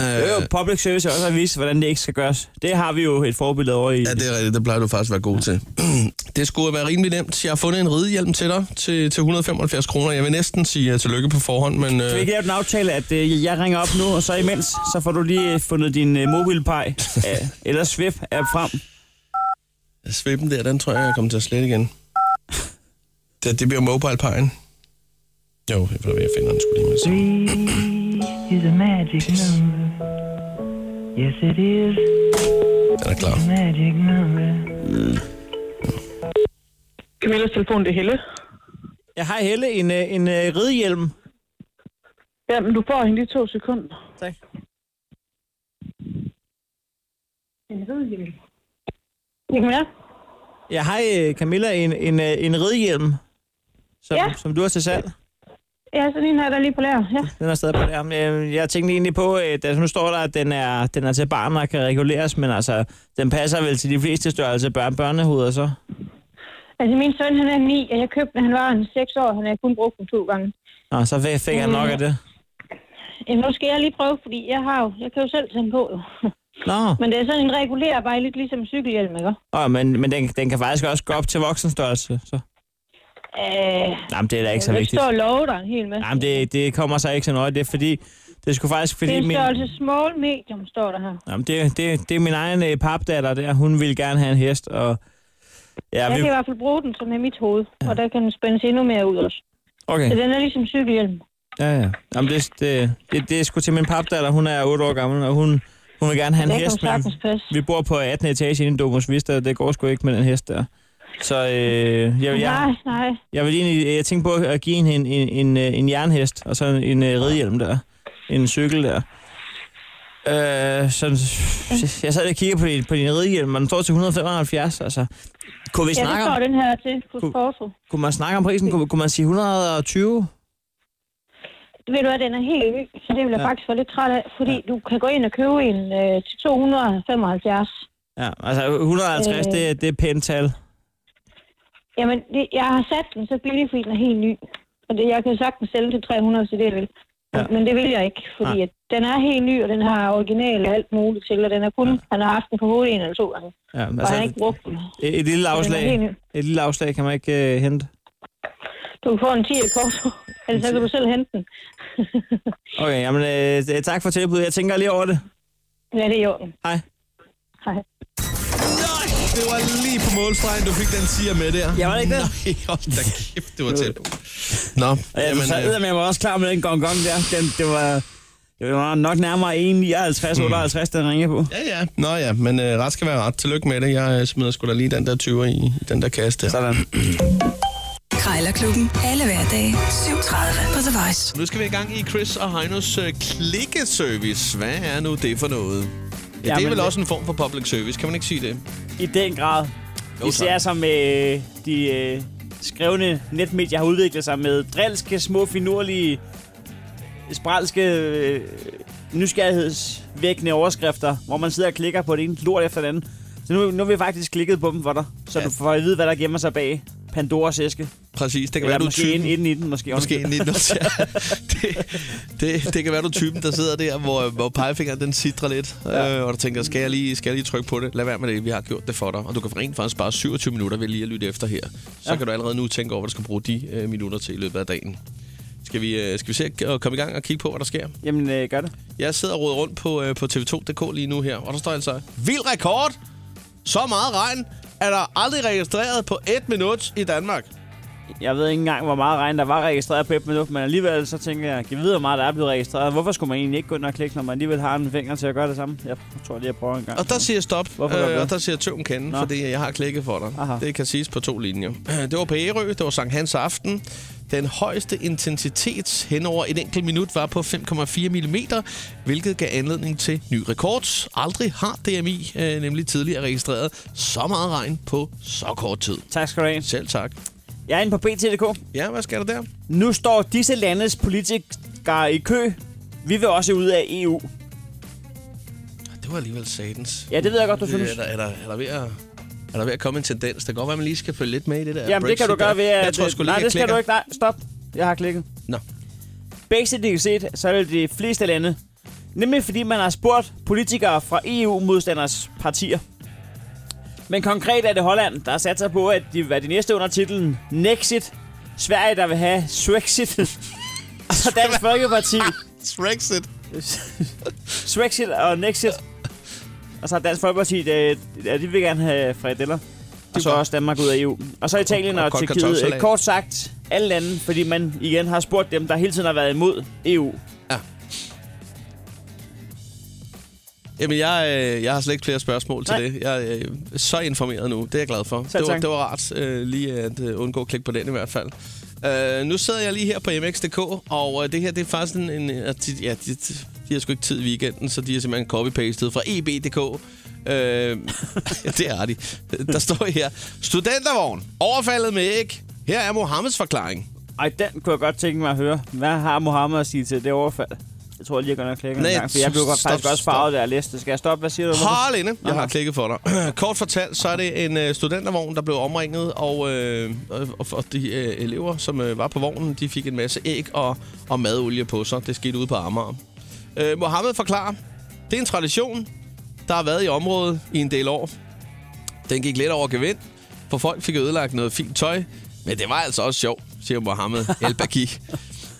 S2: Øh,
S3: Det er jo public service også at vise, hvordan det ikke skal gøres. Det har vi jo et forbillede over i.
S2: Ja, det er rigtigt. Det plejer du faktisk at være god til. (clears throat) Det skulle være rimelig nemt. Jeg har fundet en ridehjelm til dig til, til 175 kroner. Jeg vil næsten sige uh, tillykke på forhånd, men...
S3: Kan vi
S2: Uh,
S3: ikke lave den aftale, at øh, jeg ringer op nu, og så imens, så får du lige fundet din øh,
S2: (laughs)
S3: mobilpej øh, eller Swift-app frem.
S2: uh, svippen der, den tror jeg, jeg kommer til at slette igen. Det, det bliver mobile-pejen. Jo, jeg ved, hvad jeg finder den skulle lige med. sig.
S9: is a magic number. Yes, it is
S2: Den er klar.
S9: magic number.
S10: Camillas telefon, det er Helle.
S3: Jeg har Helle en, øh, en øh, ridehjelm.
S10: Jamen, du får hende i to sekunder.
S3: Tak.
S10: Jamen, ja.
S3: Jeg har øh, Camilla en, en, øh, en ridehjelm, som, ja.
S10: Ja.
S3: som du har til salg.
S10: Ja, sådan en her, der er lige på lager. Ja.
S3: Den er stadig på der. Øh, Jeg tænkte egentlig på, at altså, nu står der, at den er, den er til barn og kan reguleres, men altså, den passer vel til de fleste størrelse børn, børnehoveder så.
S10: Altså, min søn, han er 9, og jeg købte den, han var en 6 år. Han har kun brugt den to gange.
S3: Nå, så fik- fik jeg nok af det.
S10: Jamen, nu skal jeg lige prøve, fordi jeg har jo, jeg kan jo selv tænde på, jo.
S3: Nå,
S10: (laughs) Men det er sådan en regulerbar, lidt ligesom en cykelhjelm, ikke?
S3: Åh, men, men den, den kan faktisk også gå op til voksenstørrelse. Så.
S10: Øh,
S3: Nej, men det er da ikke så
S10: jeg
S3: vigtigt.
S10: står og lover dig en hel masse.
S3: Nej, men det, det kommer så ikke så nøje. Det er fordi, det skulle faktisk...
S10: det
S3: Fordi
S10: er en
S3: min,
S10: størrelse small medium, står der her.
S3: jamen, det, det, det er min egen øh, papdatter der. Hun ville gerne have en hest, og... Ja,
S10: Jeg
S3: vi,
S10: kan i hvert fald bruge den som er mit hoved, og der kan den spændes endnu mere ud også.
S3: okay.
S10: Så den er ligesom cykelhjelm.
S3: Ja, ja. Jamen, det, det, det, det er sgu til min papdatter. Hun er 8 år gammel, og hun, hun vil gerne have en
S10: Det kan
S3: hest, men
S10: sagtens passe.
S3: vi bor på 18. etage inde i Domus Vista, og det går sgu ikke med den hest der. Så øh, jeg,
S10: Nej,
S3: jeg,
S10: nej.
S3: jeg vil egentlig jeg tænkte på at give hende en, en, en, øh, en jernhest, og så en, en øh, ridehjelm der. En cykel der. Øh, så, jeg sad lige og kiggede på din, på din ridehjelm, og den står til 175, altså. Kunne, vi
S10: Ja, det
S3: snakke
S10: står
S3: om,
S10: den her til på
S3: Kunne-
S10: Sporto.
S3: kunne man snakke om prisen? Kunne, kunne man sige 120?
S10: Ved du hvad, den er helt ny, så det vil jeg
S3: Ja.
S10: ja. faktisk være lidt træt af, fordi ja. du kan gå ind og købe en øh, til 275.
S3: Ja, altså 150,
S10: Øh.
S3: det, er- det er et pænt tal.
S10: Jamen, det, jeg har sat den så billig, fordi den er helt ny. Og det, jeg kan sagtens sælge den til 300, hvis det er det, jeg vil.
S8: Ja. Men det vil jeg ikke, fordi at den er helt ny, og den har original og alt muligt til, og den er kun, ja. han har haft den på hovedet en eller to gange,
S3: Ja, men
S8: og han har
S3: altså,
S8: ikke brugt den.
S3: et, et lille
S8: Den er helt
S3: afslag,
S8: ny.
S3: et lille afslag kan man ikke øh, hente.
S8: Du kan få en 10 kort, (laughs) eller Altså, så kan du selv hente den.
S3: Okay, jamen, øh, tak for tilbuddet. Jeg tænker lige over det.
S8: Ja, det er i orden.
S3: Hej.
S8: Hej.
S11: Det var lige på målstregen, du fik den siger med der.
S3: Jeg var det ikke det?
S2: Nej, hold da kæft, det var tæt. Nå,
S3: Og jeg, jamen,
S2: jamen, øh,
S3: så, men jeg var også klar med den gong gong der. Den, det var... Det var nok nærmere 1,59, 58, den ringede på.
S2: Ja, ja. Nå ja, men øh, ret skal være ret. Tillykke med det. Jeg øh, smider sgu da lige den der 20 i, i den der kasse der.
S3: Sådan.
S1: Krejlerklubben. Alle hverdage 7.30 på The Voice.
S2: Nu skal vi i gang i Chris og Heinos øh, klikkeservice. Hvad er nu det for noget? Ja, det er
S3: Jamen,
S2: vel
S3: det-
S2: også en form for public service, kan man ikke sige det? (laughs)
S3: I den grad.
S2: Jo,
S3: Især
S2: tak.
S3: som øh, de øh, skrevne netmedier har udviklet sig med drilske, små, finurlige, spralske, øh, nysgerrighedsvækkende overskrifter, hvor man sidder og klikker på det ene lort efter det andet. Så nu, nu har vi faktisk klikket på dem for dig, så ja. du får at vide, hvad der gemmer sig bag Pandoras æske.
S2: Præcis, det kan
S3: Eller
S2: være, du er
S3: måske
S2: typen.
S3: inden, inden i den, måske.
S2: Måske
S3: ovenikøbet.
S2: inden i den også,
S3: (laughs)
S2: ja. det, det, det kan være, du er typen, der sidder der, hvor, hvor pegefingeren den sidder lidt, ja. øh, og du tænker, skal jeg, lige, skal jeg lige trykke på det? Lad være med det, vi har gjort det for dig. Og du kan rent faktisk spare 27 minutter ved lige at lytte efter her. Så
S3: Ja.
S2: ja. kan du allerede nu tænke over, hvad du skal bruge de øh, minutter til i løbet af dagen. Skal vi, øh, skal vi se at komme i gang og kigge på, hvad der sker?
S3: Jamen, øh, gør det.
S2: Jeg sidder og roder rundt på, øh, på tv2.dk lige nu her, og der står altså, vild rekord! Så meget regn er der aldrig registreret på et minut i Danmark.
S3: Jeg ved ikke engang, hvor meget regn der var registreret på et minut, men alligevel så tænker jeg, kan vide, hvor meget der er blevet registreret. Hvorfor skulle man egentlig ikke gå ind og klikke, når man alligevel har en finger til at gøre det samme? Jeg tror lige, jeg prøver en gang.
S2: Og der siger jeg stop,
S3: Hvorfor gør du
S2: øh, og
S3: det?
S2: der siger jeg tøv kende,
S3: Nå.
S2: fordi jeg har klikket for dig.
S3: Aha.
S2: Det kan siges på to linjer. Øh, Det var på Ærø, det var Sankt Hans Aften. Den højeste intensitet henover et enkelt minut var på 5,4 mm, hvilket gav anledning til ny rekord. Aldrig har DMI øh, nemlig tidligere registreret så meget regn på så kort tid.
S3: Tak skal du have.
S2: Selv tak.
S3: Jeg er inde på BT.dk.
S2: Ja, hvad skal der der?
S3: Nu står disse landes politikere i kø. Vi vil også ud af E EU.
S2: Ah, Det var alligevel satans.
S3: Ja, det ved jeg godt, du synes.
S2: Er der, er, der, er, der ved at, er der ved at komme en tendens? Det kan godt være, at man lige skal følge lidt med i det der
S3: Jamen, det kan
S2: Brexit
S3: du
S2: der.
S3: gøre ved at...
S2: Jeg tror sgu lige,
S3: nej,
S2: jeg
S3: det skal
S2: klikker.
S3: du ikke. Nej, stop. Jeg har klikket.
S2: Nå.
S3: Basically set, så er det de fleste lande. Nemlig fordi man har spurgt politikere fra EU-modstanders partier. Men konkret er det Holland, der har sat sig på, at de vil være de næste under titlen Nexit. Sverige, der vil have Swexit. (laughs) og Dansk Folkeparti.
S2: Ah, Swexit.
S3: (laughs) Swexit og Nexit. Og så har Dansk Folkeparti, de, de vil gerne have frikadeller. Og så også Danmark ud af EU. Og så Italien
S2: Og-
S3: og, og
S2: og kold
S3: Tyrkiet.
S2: kartoffelsalat.
S3: Øh, Kort sagt, alle lande, fordi man igen har spurgt dem, der hele tiden har været imod E EU.
S2: Jamen, jeg, øh, jeg har slet ikke flere spørgsmål til
S3: Nej.
S2: det. Jeg er øh, så informeret nu. Det er jeg glad for.
S3: Selv
S2: det, var,
S3: tak.
S2: det var rart øh, lige at øh, undgå at klikke på den i hvert fald. Øh, nu sidder jeg lige her på mx.dk, og øh, det her det er faktisk en... en at de, ja, de, de har sgu ikke tid i weekenden, så de er simpelthen copy-pastet fra E eb.dk. Øh, (laughs) ja, det er de. Der står her, studentervogn, overfaldet med æg. Her er Mohammeds forklaring.
S3: Ej, den kunne jeg godt tænke mig at høre. Hvad har Mohammed at sige til det overfald? Jeg tror lige, jeg går ned og klikker
S2: Nej,
S3: en gang, for jeg blev godt,
S2: stop,
S3: faktisk også
S2: stop.
S3: farvet, da jeg læste det. Skal jeg stoppe? Hvad siger du? Hvorfor-
S2: Hold inde. Jeg har klikket for dig. (clears throat) Kort fortalt, så er det en øh, studentervogn, der blev omringet, og, øh, og, og de øh, elever, som øh, var på vognen, de fik en masse æg og, og madolie på sig. Det skete ude på Amager. Øh, Mohammed forklarer, det er en tradition, der har været i området i en del år. Den gik lidt over gevind, for folk fik ødelagt noget fint tøj, men det var altså også sjovt, siger Mohammed El Baki,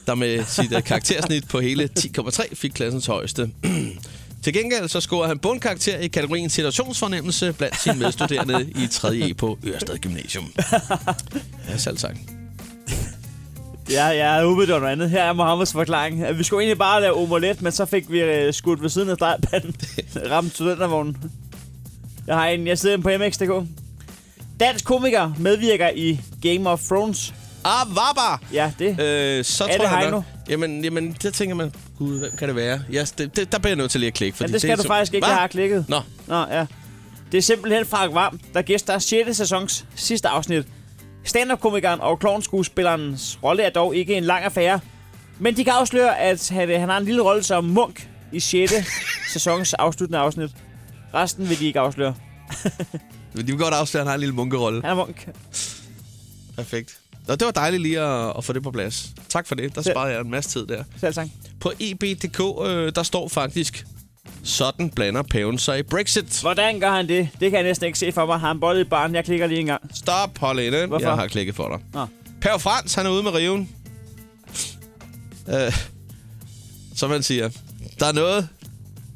S2: der med sit øh, karaktersnit på hele 10,3 fik klassens højeste. (clears throat) Til gengæld så scorede han bundkarakter i kategorien situationsfornemmelse blandt sine medstuderende i 3. E på Ørsted Gymnasium. Ja, selv tak.
S3: Ja, jeg havde håbet, det var noget andet. Her er Mohammeds forklaring. At Vi skulle egentlig bare lave omelet, men så fik vi øh, skudt ved siden af
S2: (laughs)
S3: drejpanden. Ramt studentervognen. Jeg har en, jeg sidder inde på mx.dk. Dansk komiker medvirker i Game of Thrones.
S2: Ah, vabba!
S3: Ja, det.
S2: Øh, så
S3: Er
S2: tror
S3: det
S2: jeg
S3: Heino?
S2: nok, jamen, jamen, der tænker man, gud, hvem kan det være? Ja, det, det, der bliver jeg nødt til lige at klikke.
S3: Men det skal
S2: er
S3: du
S2: så-
S3: faktisk ikke
S2: Hva?
S3: have klikket.
S2: Nå,
S3: Nå, ja. Det er simpelthen Frank Varm, der gæster 6. sæsons sidste afsnit. Stand-up-komikeren og klovnskuespillerens rolle er dog ikke en lang affære. Men de kan afsløre, at han, øh, han har en lille rolle som munk i
S2: (laughs)
S3: 6. sæsons afsluttende afsnit. Resten vil de ikke afsløre.
S2: men de vil godt afsløre, at han har en lille munkerolle.
S3: Han er munk.
S2: Perfekt. Nå, det var dejligt lige at, at få det på plads. tak for det. Der sparede jeg en masse tid der.
S12: Selv tak.
S2: På eb.dk, øh, der står faktisk, sådan blander paven sig i Brexit.
S3: Hvordan gør han det? Det kan jeg næsten ikke se for mig. Har han boldet i barn? Jeg klikker lige en gang.
S2: Stop, Pauline.
S3: Hvorfor?
S2: Jeg har klikket for dig.
S3: Nå.
S2: Pave Frans, han er ude med riven. Øh, som man siger, der er noget,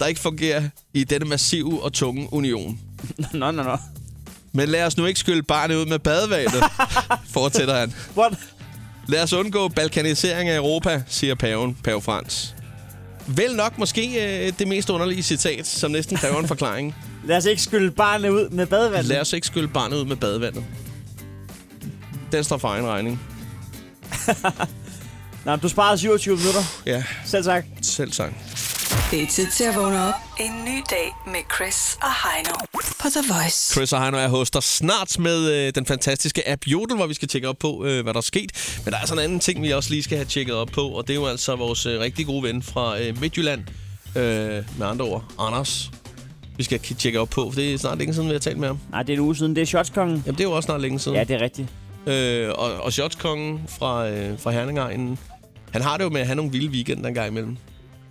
S2: der ikke fungerer i denne massive og tunge union.
S3: Nå, nå, nå.
S2: Men lad os nu ikke skylde barnet ud med
S3: (laughs)
S2: badevandet, fortsætter han.
S3: What?
S2: Lad os undgå balkanisering af Europa, siger paven, pave Frans. Vel nok måske øh, det mest underlige citat, som næsten kræver
S3: (laughs)
S2: en forklaring.
S3: Lad os ikke skylde barnet ud med badevandet.
S2: Lad os ikke skylde barnet ud med badevandet. Den står for egen regning.
S3: Nå, men du sparede 27 minutter.
S2: Ja.
S3: Selv tak.
S2: Selv tak.
S1: Det er tid til at vågne op. En ny dag med Chris og Heino på The Voice.
S2: Chris og Heino er hos dig snart med øh, den fantastiske app Jodel, hvor vi skal tjekke op på, øh, hvad der er sket. Men der er sådan en anden ting, vi også lige skal have tjekket op på, og det er jo altså vores øh, rigtig gode ven fra øh, Midtjylland. Øh, med andre ord, Anders. Vi skal k- tjekke op på, for det er snart længe siden, vi har talt med ham.
S3: Nej, det er en uge siden. Det er Shotskongen.
S2: Jamen, det er jo også snart længe siden.
S3: Ja, det er rigtigt.
S2: Øh, og, og Shotskongen fra, øh, fra Herningegnen, han har det jo med at have nogle vilde weekender en gang imellem.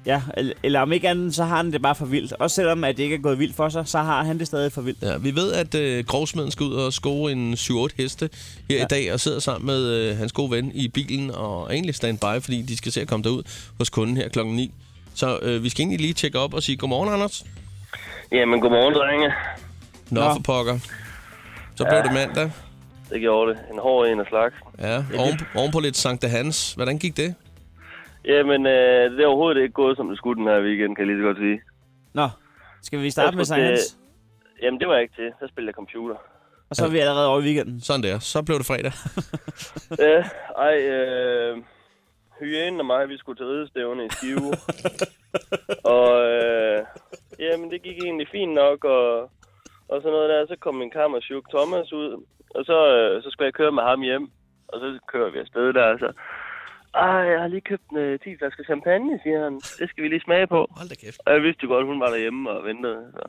S3: Ja, eller, eller om ikke andet, så har han det bare for vildt. Også selvom at det ikke er gået vildt for sig, så har han det stadig for vildt.
S2: Ja, vi ved, at øh, grovsmeden skal ud og score en 7-8 heste her ja. i dag, og sidder sammen med øh, hans gode ven i bilen, og er egentlig standby, fordi de skal se at komme derud hos kunden her klokken 9. Så øh, vi skal egentlig lige tjekke op og sige godmorgen, Anders.
S5: Jamen, godmorgen, drenge.
S2: Nå,
S5: Nå.
S2: Nå. for pokker. Så blev
S5: Ja.
S2: det mandag.
S5: Det gjorde det. En hård en af slags.
S2: Ja, oven, oven på lidt Sankt Hans. Hvordan gik det?
S5: Jamen, øh, det er overhovedet ikke gået, som det skulle den her weekend, kan jeg lige så godt sige.
S3: Nå, skal vi starte med
S5: Jeg tror, det-
S3: Science?
S5: Jamen, det var jeg ikke til. Så spillede jeg computer.
S3: Og så er vi allerede over i weekenden.
S2: Sådan der. Så blev det
S3: (laughs)
S2: fredag.
S5: (laughs) Ja, ej, øh, hyænen og mig, vi skulle til ridestævne i Skive. og øh, jamen, det gik egentlig fint nok, og, og sådan noget der. Så kom min kammerchuk Thomas ud, og så, øh, så skulle jeg køre med ham hjem. Og så kører vi afsted der, altså. og så... Ej, Ah, jeg har lige købt en øh, 10 flasker champagne, siger han. Det skal vi lige smage på.
S2: Hold da kæft.
S5: Og jeg vidste jo godt, hun var derhjemme og ventede. Så,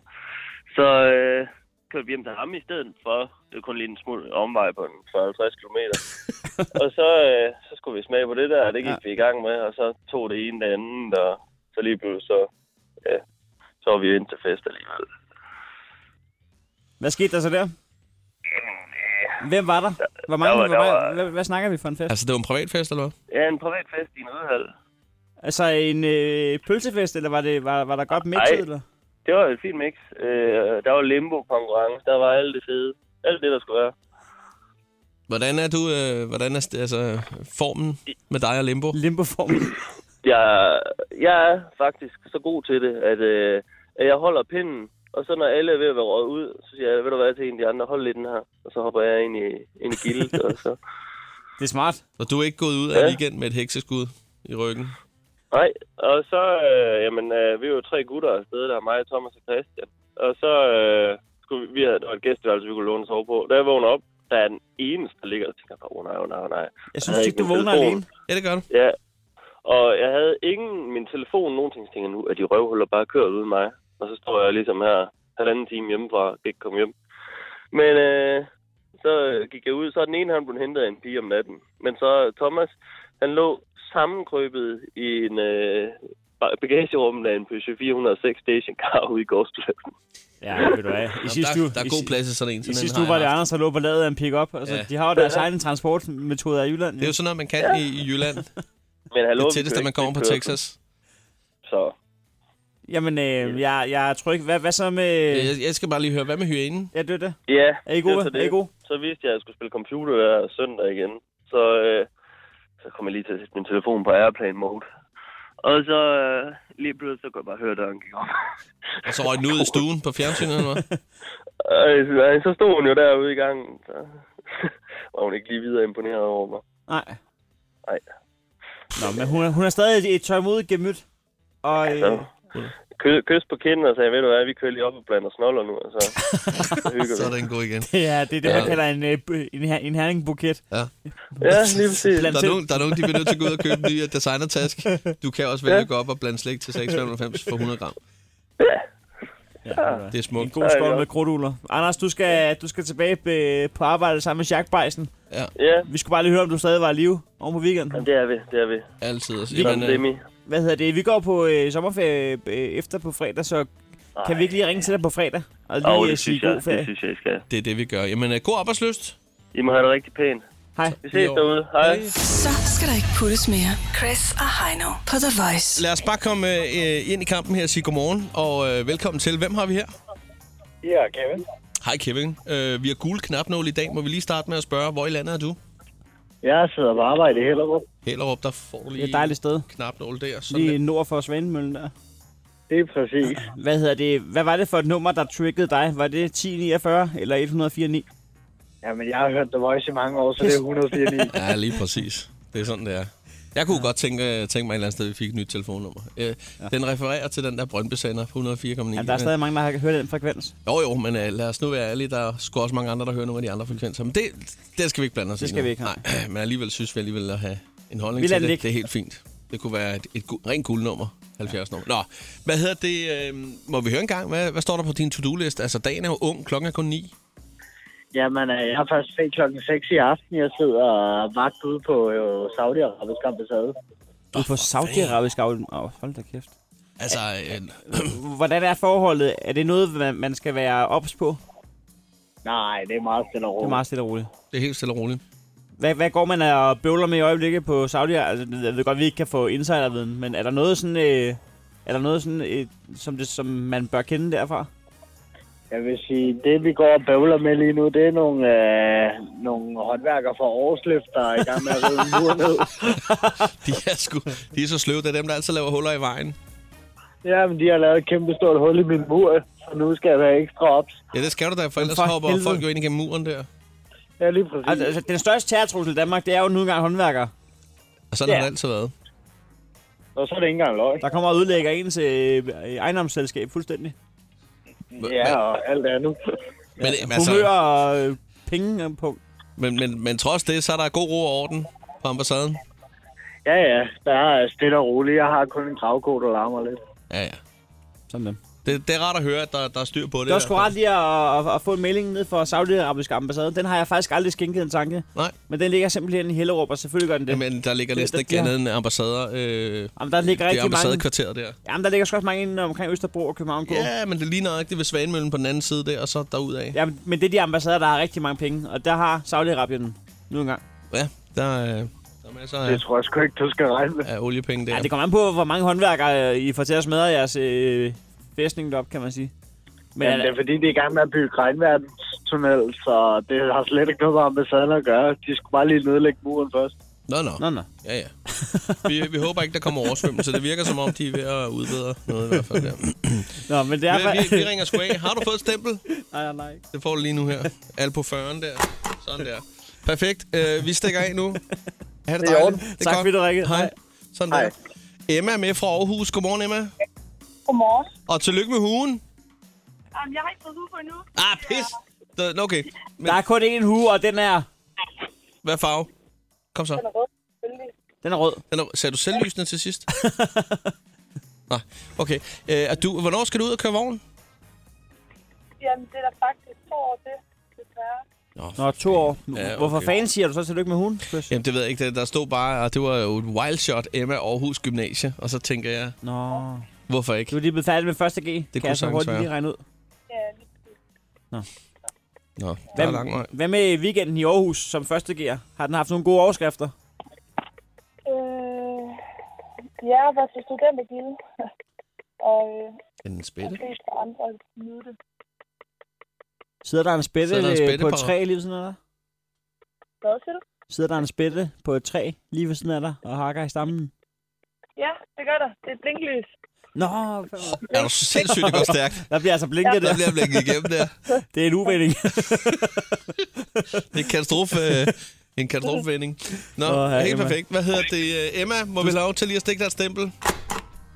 S5: så øh, kørte vi hjem til ham i stedet for. Det var kun lige en smule omvej på en 40-50 km. og så, øh, så skulle vi smage på det der, og det gik ja. vi i gang med. Og så tog det ene det andet, og så lige pludselig så, ja, så var vi jo ind til fest alligevel.
S3: Hvad skete der så der? Hvem var der? Hvor mange,
S5: der var-
S3: hvor
S5: der
S3: mange-
S5: var-
S3: Hvad, hvad snakker vi for en fest?
S2: Altså, det var en privatfest, eller hvad?
S5: Ja, en privat fest i en rødhal.
S3: Altså en øh, pølsefest, eller var, det, var, var der godt mix,
S5: Ej.
S3: eller?
S5: Det var et fint mix. Øh, der var limbo-konkurrence, der var alt det fede. Alt det, der skulle være.
S2: Hvordan er du, øh, hvordan er st- altså, formen med dig og Limbo?
S3: Limbo-formen.
S5: Jeg, jeg er faktisk så god til det, at, øh, at jeg holder pinden, og så når alle er ved at være røget ud, så siger jeg, ved du hvad, til en af de andre, hold lidt den her. Og så hopper jeg ind i, ind i gildet, og så...
S3: Det er smart.
S2: Og du er ikke gået ud af ja. weekend med et hekseskud i ryggen?
S5: Nej, og så, øh, jamen, øh, vi er jo tre gutter afsted, der er mig, Thomas og Christian. Og så øh, skulle vi, vi havde, der var et gæsteværelse, vi kunne låne og sove på. Da jeg vågner op, der er den eneste, der ligger og tænker, bare, åh oh, nej, åh oh, nej, åh oh, nej.
S3: Jeg
S2: synes
S5: havde
S2: ikke,
S5: min
S2: du vågner
S5: telefon.
S2: alene. Ja, det gør du.
S5: Ja, og jeg havde ingen min telefon nogen ting, så tænker jeg nu, at de røvhuller bare kører uden mig. Og så står jeg ligesom her halvanden time hjemmefra, og kan ikke komme hjem. Men øh, så øh, gik jeg ud, så er den ene, han blev hentet af en pige om natten. Men så Thomas, han lå sammenkrybet i en øh, ba- bagagerummet af en Peugeot 406 stationcar ude i gårdspladsen.
S3: Ja, ved du hvad. I
S2: Nå,
S3: sidste
S2: der,
S3: uge-
S2: der er
S3: i
S2: god
S3: si-
S2: plads til sådan en.
S3: I
S2: Sådan en
S3: sidste
S2: har
S3: uge var
S2: jeg
S3: det
S2: haft.
S3: Anders, der lå på ladet af en pick-up. Altså,
S2: Ja.
S3: de har jo deres egne transportmetoder i Jylland.
S2: Det er jo sådan noget, man kan i, i Jylland.
S5: Men hallo,
S2: det
S5: vi
S2: tætteste,
S5: kører
S2: man
S5: ikke
S2: kommer på
S5: kørsel.
S2: Texas.
S5: Så
S3: Jamen, øh, jeg, jeg tror ikke... Hvad, hvad så med...
S2: Jeg, jeg skal bare lige høre, hvad med hyænen?
S3: Ja, det er det.
S5: Ja.
S3: Er I
S5: det
S3: gode?
S5: så det.
S3: Er I gode?
S5: Så vidste jeg, at jeg skulle spille computer hver søndag igen. Så, øh, så kom jeg lige til at sætte min telefon på airplane mode. Og så øh, lige pludselig, så kunne jeg bare høre døren gik op.
S2: Og så røg den
S5: (laughs)
S2: ud i stuen på fjernsynet, eller hvad?
S5: Øh, så- øh, så stod hun jo derude i gangen. Så (laughs) var hun ikke lige videre imponeret over mig.
S3: Nej.
S5: Nej.
S3: Nå, men hun, er- hun er stadig et tørmodigt gemyt. Og, øh,
S5: Så kø, Altså, kys på kinden og sagde, ved du hvad, vi kører lige op og blander snoller nu.
S2: (laughs)
S5: Og så, så hygger vi.
S2: Så er den god igen.
S3: ja, (laughs) det er det, man
S2: Ja.
S3: kalder en, øh, bu- en, her- en herringbuket. (laughs)
S2: Ja.
S5: Ja, lige præcis.
S2: Der
S3: Blandt
S2: er,
S3: selv.
S2: nogen, der er nogen, de bliver nødt til at gå ud og købe en
S3: (laughs)
S2: ny øh, designertask. Du kan også vælge at gå op og blande slik til 695 for 100 gram.
S3: Ja,
S2: Det er smukt.
S3: en god skål med krudtugler. Anders, du skal, du skal tilbage øh, på arbejde sammen med Jacques Beisen.
S2: Ja.
S5: Ja.
S3: Vi skulle bare lige høre, om du stadig var i live oven på weekenden.
S5: Jamen, det er vi, det er vi.
S2: Altid.
S5: Sådan
S2: man, øh,
S5: semi.
S3: Hvad hedder det? Vi går på øh, sommerferie øh, efter på fredag, så Ej. kan vi ikke lige ringe til dig på fredag? Og lige
S5: Åh,
S3: øh,
S5: det
S3: sige
S5: synes
S3: god
S5: jeg,
S3: ferie.
S5: det synes jeg, I skal.
S2: Det er det, vi gør. Jamen, øh, god arbejdsløst.
S5: I må have det rigtig pænt.
S3: Hej.
S5: Vi ses derude. Hej.
S1: Så skal der ikke puttes mere. Chris og Heino på The Voice.
S2: Lad os bare komme øh, ind i kampen her og sige godmorgen, og øh, velkommen til. Hvem har vi her?
S12: Ja, Kevin.
S2: Hej Kevin. Øh, vi har gule knapnål i dag. Må vi lige starte med at spørge, hvor i landet er du?
S12: Jeg sidder på arbejde i Hellerup.
S2: Hellerup, der får du lige
S3: Det er et dejligt sted.
S2: knapnål der. Sådan
S3: Lige
S2: der.
S3: nord for Svanemøllen der.
S12: Det er præcis.
S3: Hvad hedder det? Hvad var det for et nummer, der triggede dig? Var det 1049 eller 149?
S12: Jamen, jeg har hørt The Voice i mange år, så det er 149.
S2: (laughs) Ja, lige præcis. Det er sådan, det er. Jeg kunne ja. godt tænke, øh, tænke mig et eller andet sted, at vi fik et nyt telefonnummer. Øh, ja. Den refererer til den der Brøndby-sender på 104,9.
S3: Ja, der er stadig mange, der har hørt den frekvens.
S2: Jo, jo, men uh, lad os nu være ærlige. Der er sgu også mange andre, der hører nogle af de andre frekvenser. Men det, det skal vi ikke blande os
S3: Det
S2: i
S3: skal
S2: nu.
S3: vi ikke, nej.
S2: Nej, (clears throat) men alligevel synes vi alligevel at have en holdning
S3: Vi
S2: til
S3: lader
S2: det.
S3: den ligge.
S2: Det er helt fint. Det kunne være et, et gu- rent guldnummer. 70 nummer. Nå, hvad hedder det? Øh, må vi høre en gang? Hvad, hvad står der på din to-do-list? Altså, dagen er jo ung. Klokken er kun 9.
S12: Jamen, øh, jeg har først fri klokken 6 i aften. Jeg sidder og vagt ude på øh, Saudi-Arabisk ambassade.
S3: Du er på Saudi-Arabisk af... Oh, hold da kæft.
S2: Altså, øh,
S3: Hvordan er forholdet? Er det noget, man- man skal være ops på?
S12: Nej, det er meget stille og
S3: Det er
S12: roligt.
S3: meget stille og roligt.
S2: Det er helt stille og roligt.
S3: Hvad, hvad går man og bøvler med i øjeblikket på Saudi? Altså, jeg ved godt, vi ikke kan få insiderviden, men er der noget sådan, øh, er der noget sådan øh, som, det, som man bør kende derfra?
S12: Jeg vil sige, det vi går og bøvler med lige nu, det er nogle, øh, nogle håndværkere fra Aarhusløft, der er i gang med at rive en mur
S2: (laughs)
S12: ned.
S2: De (laughs) er, sgu, de er så sløve. Det er dem, der altid laver huller i vejen.
S12: Jamen, de har lavet et kæmpe stort hul i min mur, så nu skal jeg være ekstra ops.
S2: Ja, det skal du da, for ellers
S3: for
S2: hopper
S3: helvede.
S2: folk jo ind igennem muren der.
S12: Ja, lige præcis.
S3: Altså, altså, den største terrortrussel i Danmark, det er jo nu engang håndværkere.
S2: Og sådan ja. har
S3: Ja.
S2: det altid været.
S12: Og så er det ikke engang løgn.
S3: Der kommer og ødelægger ens øh, ejendomsselskab fuldstændig.
S12: Ja, og alt andet.
S2: Men, ja,
S3: Altså... Humør og øh, penge på.
S2: Men, men, men trods det, så er der god ro og orden på ambassaden.
S12: Ja, ja, der er stille og roligt. Jeg har kun en gravko, der larmer lidt.
S2: Ja, ja.
S3: Sådan det.
S2: Det, det er rart at høre, at der, der er styr på det.
S3: Det var
S2: i
S3: sgu
S2: hvert
S3: ret lige at, at, at få en melding ned fra Saudi-Arabisk ambassade. Den har jeg faktisk aldrig skænket en tanke.
S2: Nej.
S3: Men den ligger simpelthen i Hellerup, og selvfølgelig gør den det.
S2: fald. Men der ligger
S3: Det-
S2: næsten
S3: det-
S2: ikke
S3: det-
S2: andet end ambassader. Øh,
S3: Jamen, der ligger
S2: det er
S3: rigtig mange...
S2: ambassadekvarteret der.
S3: Jamen, der ligger sgu også mange inde omkring Østerbro og København.
S2: Ja, men det ligner ikke det ved Svanemøllen på den anden side der, og så derudad.
S3: Ja, men det er de ambassader, der har rigtig mange penge, og der har Saudi-Arabien nu engang.
S2: Ja, der, øh, der er masser af,
S12: Det tror jeg sgu ikke, du skal regne med.
S2: af oliepenge der.
S3: Ja, det kommer an på, hvor mange håndværkere øh, I får til at smadre jeres øh, fæstning derop, kan man sige.
S12: Men Jamen, det er fordi, de er i gang med at bygge regnverdenstunnel, så det har slet ikke noget med ambassaden at gøre. De skulle bare lige nedlægge muren først.
S2: Nå, nå.
S3: Nå, nå.
S2: Ja, ja. Vi, vi håber ikke, der kommer oversvømmelse. Det virker, som om de er ved at udbedre noget i hvert fald der.
S3: Nå, men det er...
S2: Vi, vi, vi ringer sgu af. Har du fået et stempel?
S3: Nej, nej.
S2: Det får du lige nu her. Al på 40'eren der. Sådan der. Perfekt. Øh, vi stikker af nu. Ha' det
S12: Det er i orden.
S2: dejligt. Det er
S3: Tak
S2: godt.
S3: fordi du ringede.
S2: Hej. Sådan der. Emma er med fra Aarhus. Godmorgen, Emma.
S6: Godmorgen.
S2: Og tillykke med hugen.
S6: Jamen, jeg har ikke fået hue på endnu.
S2: Ah, pis. Da- Nå, Okay.
S3: Der er kun én hue, og den er...
S2: Hvad farve? Kom så.
S6: Den er rød, selvfølgelig.
S3: Den er rød.
S2: Den er- Sagde du selvlysende til
S3: (laughs)
S2: sidst? Nej, okay. Øh, er du, hvornår skal du ud og køre vogn?
S6: Jamen, det er der faktisk to år til, desværre.
S3: Nå, to år.
S2: Ja, okay.
S3: Hvorfor fanden siger du så tillykke med hun?
S2: Jamen, det ved jeg ikke. Der- Der stod bare, og det var jo et wild shot, Emma Aarhus Gymnasie. Og så tænker jeg,
S3: Nå,
S2: hvorfor ikke?
S3: du er lige blevet færdig med første G. Det kan
S2: kunne
S3: jeg så
S2: sagtens
S3: hurtigt
S2: være.
S3: lige regne ud.
S6: Ja, lige præcis.
S2: Nå, der er
S3: Hvad,
S2: lang vej.
S3: hvad med weekenden i Aarhus som første gear? Har den haft nogle gode overskrifter?
S6: Øh, jeg var til studentergilde, (laughs) og øh,
S2: En
S6: har
S2: spætte.
S6: set for andre at nyde det.
S3: Sidder der en spætte,
S2: Sidder der en
S3: øh,
S2: spætte
S3: på et
S2: på-
S3: træ lige ved siden af dig?
S6: Hvad siger du?
S3: Sidder der en spætte på et træ lige ved siden af dig og hakker i stammen?
S6: Ja, det gør der. Det er et blinklys.
S3: Nå, for-
S2: Er du sindssygt, det går stærkt?
S3: der bliver altså blinket
S2: Der
S3: der.
S2: bliver blikket igennem der.
S3: Det er en uvending.
S2: (laughs) Det er en katastrofe, øh, en katastrofevending. Nå,
S3: Åh, ja,
S2: helt
S3: Emma.
S2: perfekt. Hvad hedder det? øh, Emma, må vi lave lov til lige at stikke dig et stempel?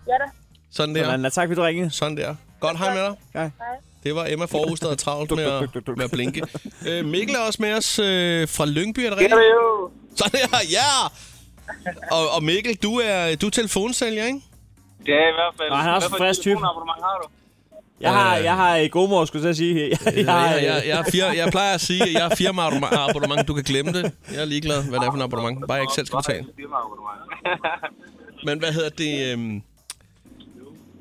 S6: Ja da.
S2: Sådan der.
S3: Sådan, ja, tak fordi du ringede.
S2: Sådan der. Godt, hej med dig.
S3: Hej.
S2: Det var Emma Forhus, der havde travlt med
S3: duk,
S2: at,
S3: duk, duk.
S2: med at blinke. Øh, Mikkel er også med os øh, fra Lyngby, er det
S5: Ja,
S2: rigtigt?
S5: det er jo.
S2: Sådan der, ja! Og, og Mikkel, du er, du er telefonsælger, ikke?
S5: Det er i hvert fald.
S3: Nå, han er også
S5: Hvad
S3: en
S5: for et
S3: frisk type.
S5: telefonabonnement har du?
S3: Jeg har,
S13: Øh,
S3: jeg har i god mor, skulle jeg til at sige. (laughs) Jeg, jeg, har, øh,
S2: jeg, jeg, jeg, er fire, jeg plejer at sige, at jeg har firma abonnement. Du kan glemme det. Jeg er ligeglad, hvad det er for en abonnement. Bare jeg ikke selv skal betale.
S13: (laughs)
S2: Men hvad hedder det? Øhm,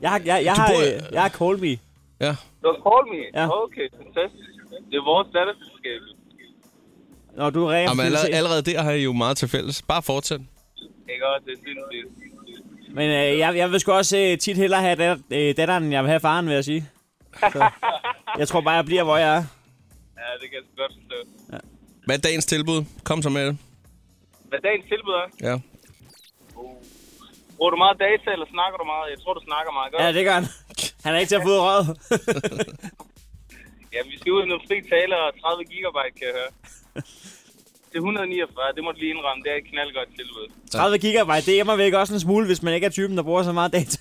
S3: jeg, har- jeg, jeg,
S2: Du
S3: har,
S2: bor-
S3: øh, jeg har call me.
S2: ja.
S13: Du har call me?
S3: Ja.
S13: Okay, fantastisk. Det er vores datterselskab.
S3: Når du er
S2: Jamen, allerede, allerede der har I jo meget til fælles. Bare fortsæt.
S13: Ikke også? Det er sindssygt.
S3: Men øh, jeg, jeg vil sgu også øh, tit hellere have dat, øh, datteren, end jeg vil have faren, vil jeg sige. Så, jeg tror bare, jeg bliver, hvor jeg er.
S13: Ja, det kan jeg sgu godt forstå.
S2: Hvad er dagens tilbud? Kom så med det.
S13: Hvad er dagens tilbud er?
S2: Ja.
S13: Bruger du meget data, eller snakker du meget? Jeg tror, du snakker meget godt.
S3: Ja, det gør han. Han er ikke til at få ud af
S2: (laughs)
S3: røget.
S13: Ja, vi skal ud i noget fri tale og 30 gigabyte, kan jeg
S3: (laughs)
S13: høre. Det er 149, det må du lige indrømme. Det er et knaldgodt tilbud.
S3: 30 gigabyte, det er mig væk også en smule, hvis man ikke er typen, der bruger så meget data.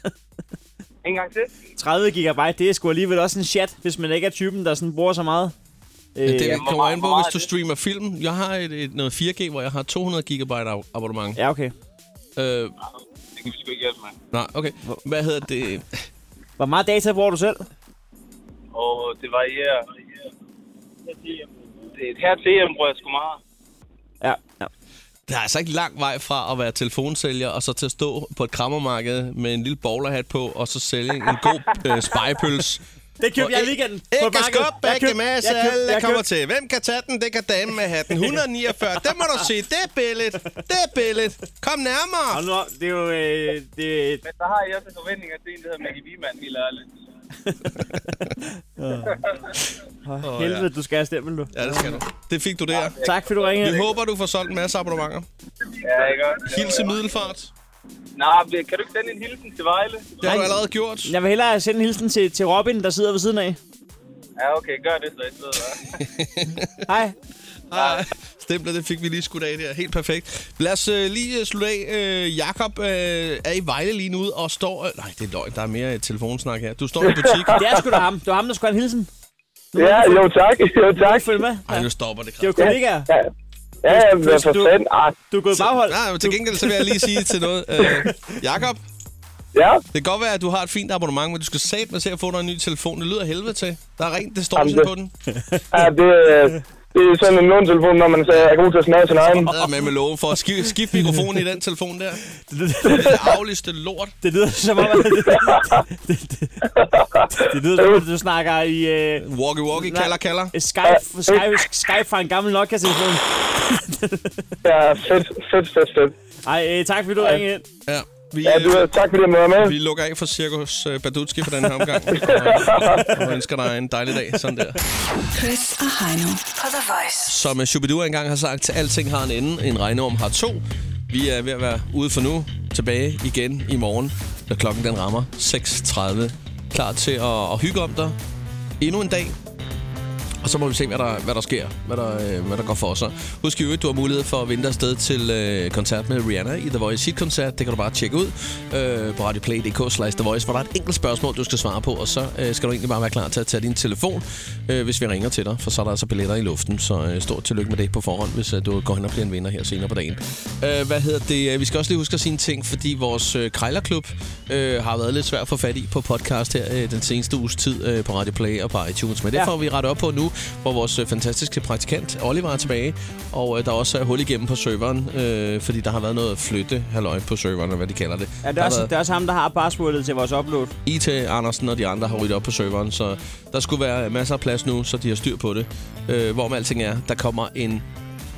S13: En gang til.
S3: 30 gigabyte, det er sgu alligevel også en chat, hvis man ikke er typen, der sådan bruger så meget. Øh,
S2: Ja, det kommer an på, hvis du streamer film. Jeg har et, et, noget 4G, hvor jeg har 200 gigabyte ab- abonnement.
S3: Ja, okay.
S2: Øh,
S13: Det kan vi sgu ikke hjælpe med.
S2: nej, okay. Hvad hedder det?
S3: Hvor meget data bruger du selv?
S13: Og det varierer. Det er et her til hjem, bruger jeg sgu meget.
S3: Ja, ja.
S2: Der er altså ikke lang vej fra at være telefonsælger, og så til at stå på et krammermarked med en lille bowlerhat på, og så sælge en
S3: (laughs)
S2: god øh, spejpøls.
S3: Det købte jeg i weekenden på et
S2: Ikke
S3: marked.
S2: skub,
S3: Jeg
S2: bag
S3: købte-
S2: masse,
S3: jeg købte-
S2: alle
S3: jeg
S2: kommer
S3: købte-
S2: til. Hvem kan tage den? Det kan damen med hatten. 149, det må du se. Det er billedet. Det er billedet. Kom nærmere.
S3: Hold nu op, det er jo... Øh, det...
S13: Men så har jeg også en forventning til en, der hedder Maggie Wiemann, helt ærligt.
S3: Åh,
S2: Åh,
S3: helvede,
S2: ja.
S3: du skal have stemme, du.
S2: Ja, det skal du. Det fik du der.
S3: Tak, fordi du ringede.
S2: Vi håber, du får solgt en masse abonnementer.
S13: Ja, ikke også?
S2: Hils til Middelfart.
S13: Nej, men kan du ikke sende en hilsen til Vejle?
S2: Det har du allerede gjort.
S3: Jeg vil hellere sende en hilsen til, til Robin, der sidder ved siden af.
S13: Ja, okay, gør det så i stedet. hva'?
S3: Hej.
S2: (laughs) Hej. Stemplet, det fik vi lige skudt af der. Helt perfekt. Lad os øh, lige øh, slutte af. Øh, Jakob øh, er i Vejle lige nu og står... Øh, nej, det er løgn. Der er mere øh, telefonsnak her. Du (laughs) står i en butik.
S3: (laughs) Det er sgu da ham. Det var ham, der skulle have en hilsen.
S12: Ja, jo tak,
S3: (laughs)
S12: jo tak.
S3: Følg med.
S2: Ej, nu stopper det.
S3: Det var kollegaer.
S12: Ja, ja, ja hvad for fanden. Ah,
S3: Du er gået i baghold.
S2: Nej, men til gengæld så vil jeg lige sige til
S3: (laughs)
S2: noget. Øh, Jakob?
S12: Ja?
S2: Det kan godt være, at du har et fint abonnement, men du skal satme med se at få dig en ny telefon. Det lyder helvede til. Der er rent, det står
S12: Jamen,
S2: sådan
S12: det-
S2: på den.
S12: (laughs) ja, det, øh, det er sådan en låntelefon, når man sagde, jeg er god til at snage sin egen.
S2: Der er med med loven for at skifte,
S3: (laughs)
S2: skifte mikrofonen i den telefon der. Det er det afligste lort.
S3: Det lyder som om, at det, det, det, det lyder som om, at du snakker i... Øh,
S2: Walkie walkie, kalder kalder.
S3: Skype, Skype, Skype fra en gammel Nokia-telefon.
S12: Ja, fedt, fedt, fedt, fedt.
S3: Ej, øh, tak fordi du ringede ind.
S2: Ja, vi,
S12: (laughs) Ja, du,
S2: øh,
S12: øh, tak fordi jeg måtte være med.
S2: vi lukker af for Cirkus øh, Badutski for den her
S12: (laughs)
S2: omgang. Og, og ønsker dig en dejlig dag, sådan der.
S1: Chris og Heino på The Voice.
S2: Som øh, Shubidua engang har sagt, alting har en ende. En regnorm har to. Vi er ved at være ude for nu. Tilbage igen i morgen, når klokken den rammer 6.30. Klar til at, at hygge om dig endnu en dag. Og så må vi se, hvad der, hvad der sker, hvad der, øh, hvad der går for sig. Husk i øvrigt, du har mulighed for at vinde dig afsted til øh, koncert med Rihanna i The Voice Hit-koncert. Det kan du bare tjekke ud øh, på radioplay.dk slash The Voice, hvor der er et enkelt spørgsmål, du skal svare på, og så øh, skal du egentlig bare være klar til at tage din telefon, øh, hvis vi ringer til dig, for så er der altså billetter i luften. Så øh, stort tillykke med det på forhånd, hvis øh, du går hen og bliver en vinder her senere på dagen. Øh, hvad hedder det? Øh, Vi skal også lige huske at sige en ting, fordi vores øh, Krejlerklub øh, har været lidt svært at få fat i på podcast her øh, den seneste uges tid øh, på Radio Play og på iTunes. Men det
S3: Ja.
S2: får vi rettet op på nu, hvor vores øh, fantastiske praktikant Oliver er tilbage, og øh, der også er hul igennem på serveren, øh, fordi der har været noget flytte halløj på serveren, eller hvad de kalder det.
S3: Ja, det
S2: Der
S3: er,
S2: har
S3: også,
S2: været-
S3: det er også ham, der har passwordet til vores upload.
S2: IT Andersen og de andre har ryddet op på serveren, så der skulle være masser af plads nu, så de har styr på det. Øh, hvorom alting er, der kommer en,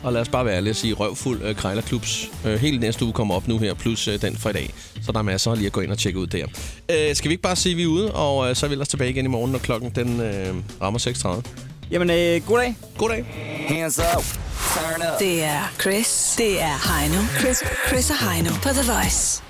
S2: og lad os bare være ærlige og sige, røvfuld øh, Krejlerklubs. Øh, hele næste uge kommer op nu her, plus øh, den fra i dag. Så der er masser lige at gå ind og tjekke ud der. Øh, skal vi ikke bare sige, at vi er ude, og øh, så er vi ellers tilbage igen i morgen, når klokken den øh, rammer 6.30.
S3: Jamen, øh, god dag.
S2: God dag.
S1: Hands up. Turn up. Det er Chris. Det er Heino. Chris, Chris og Heino på The Voice.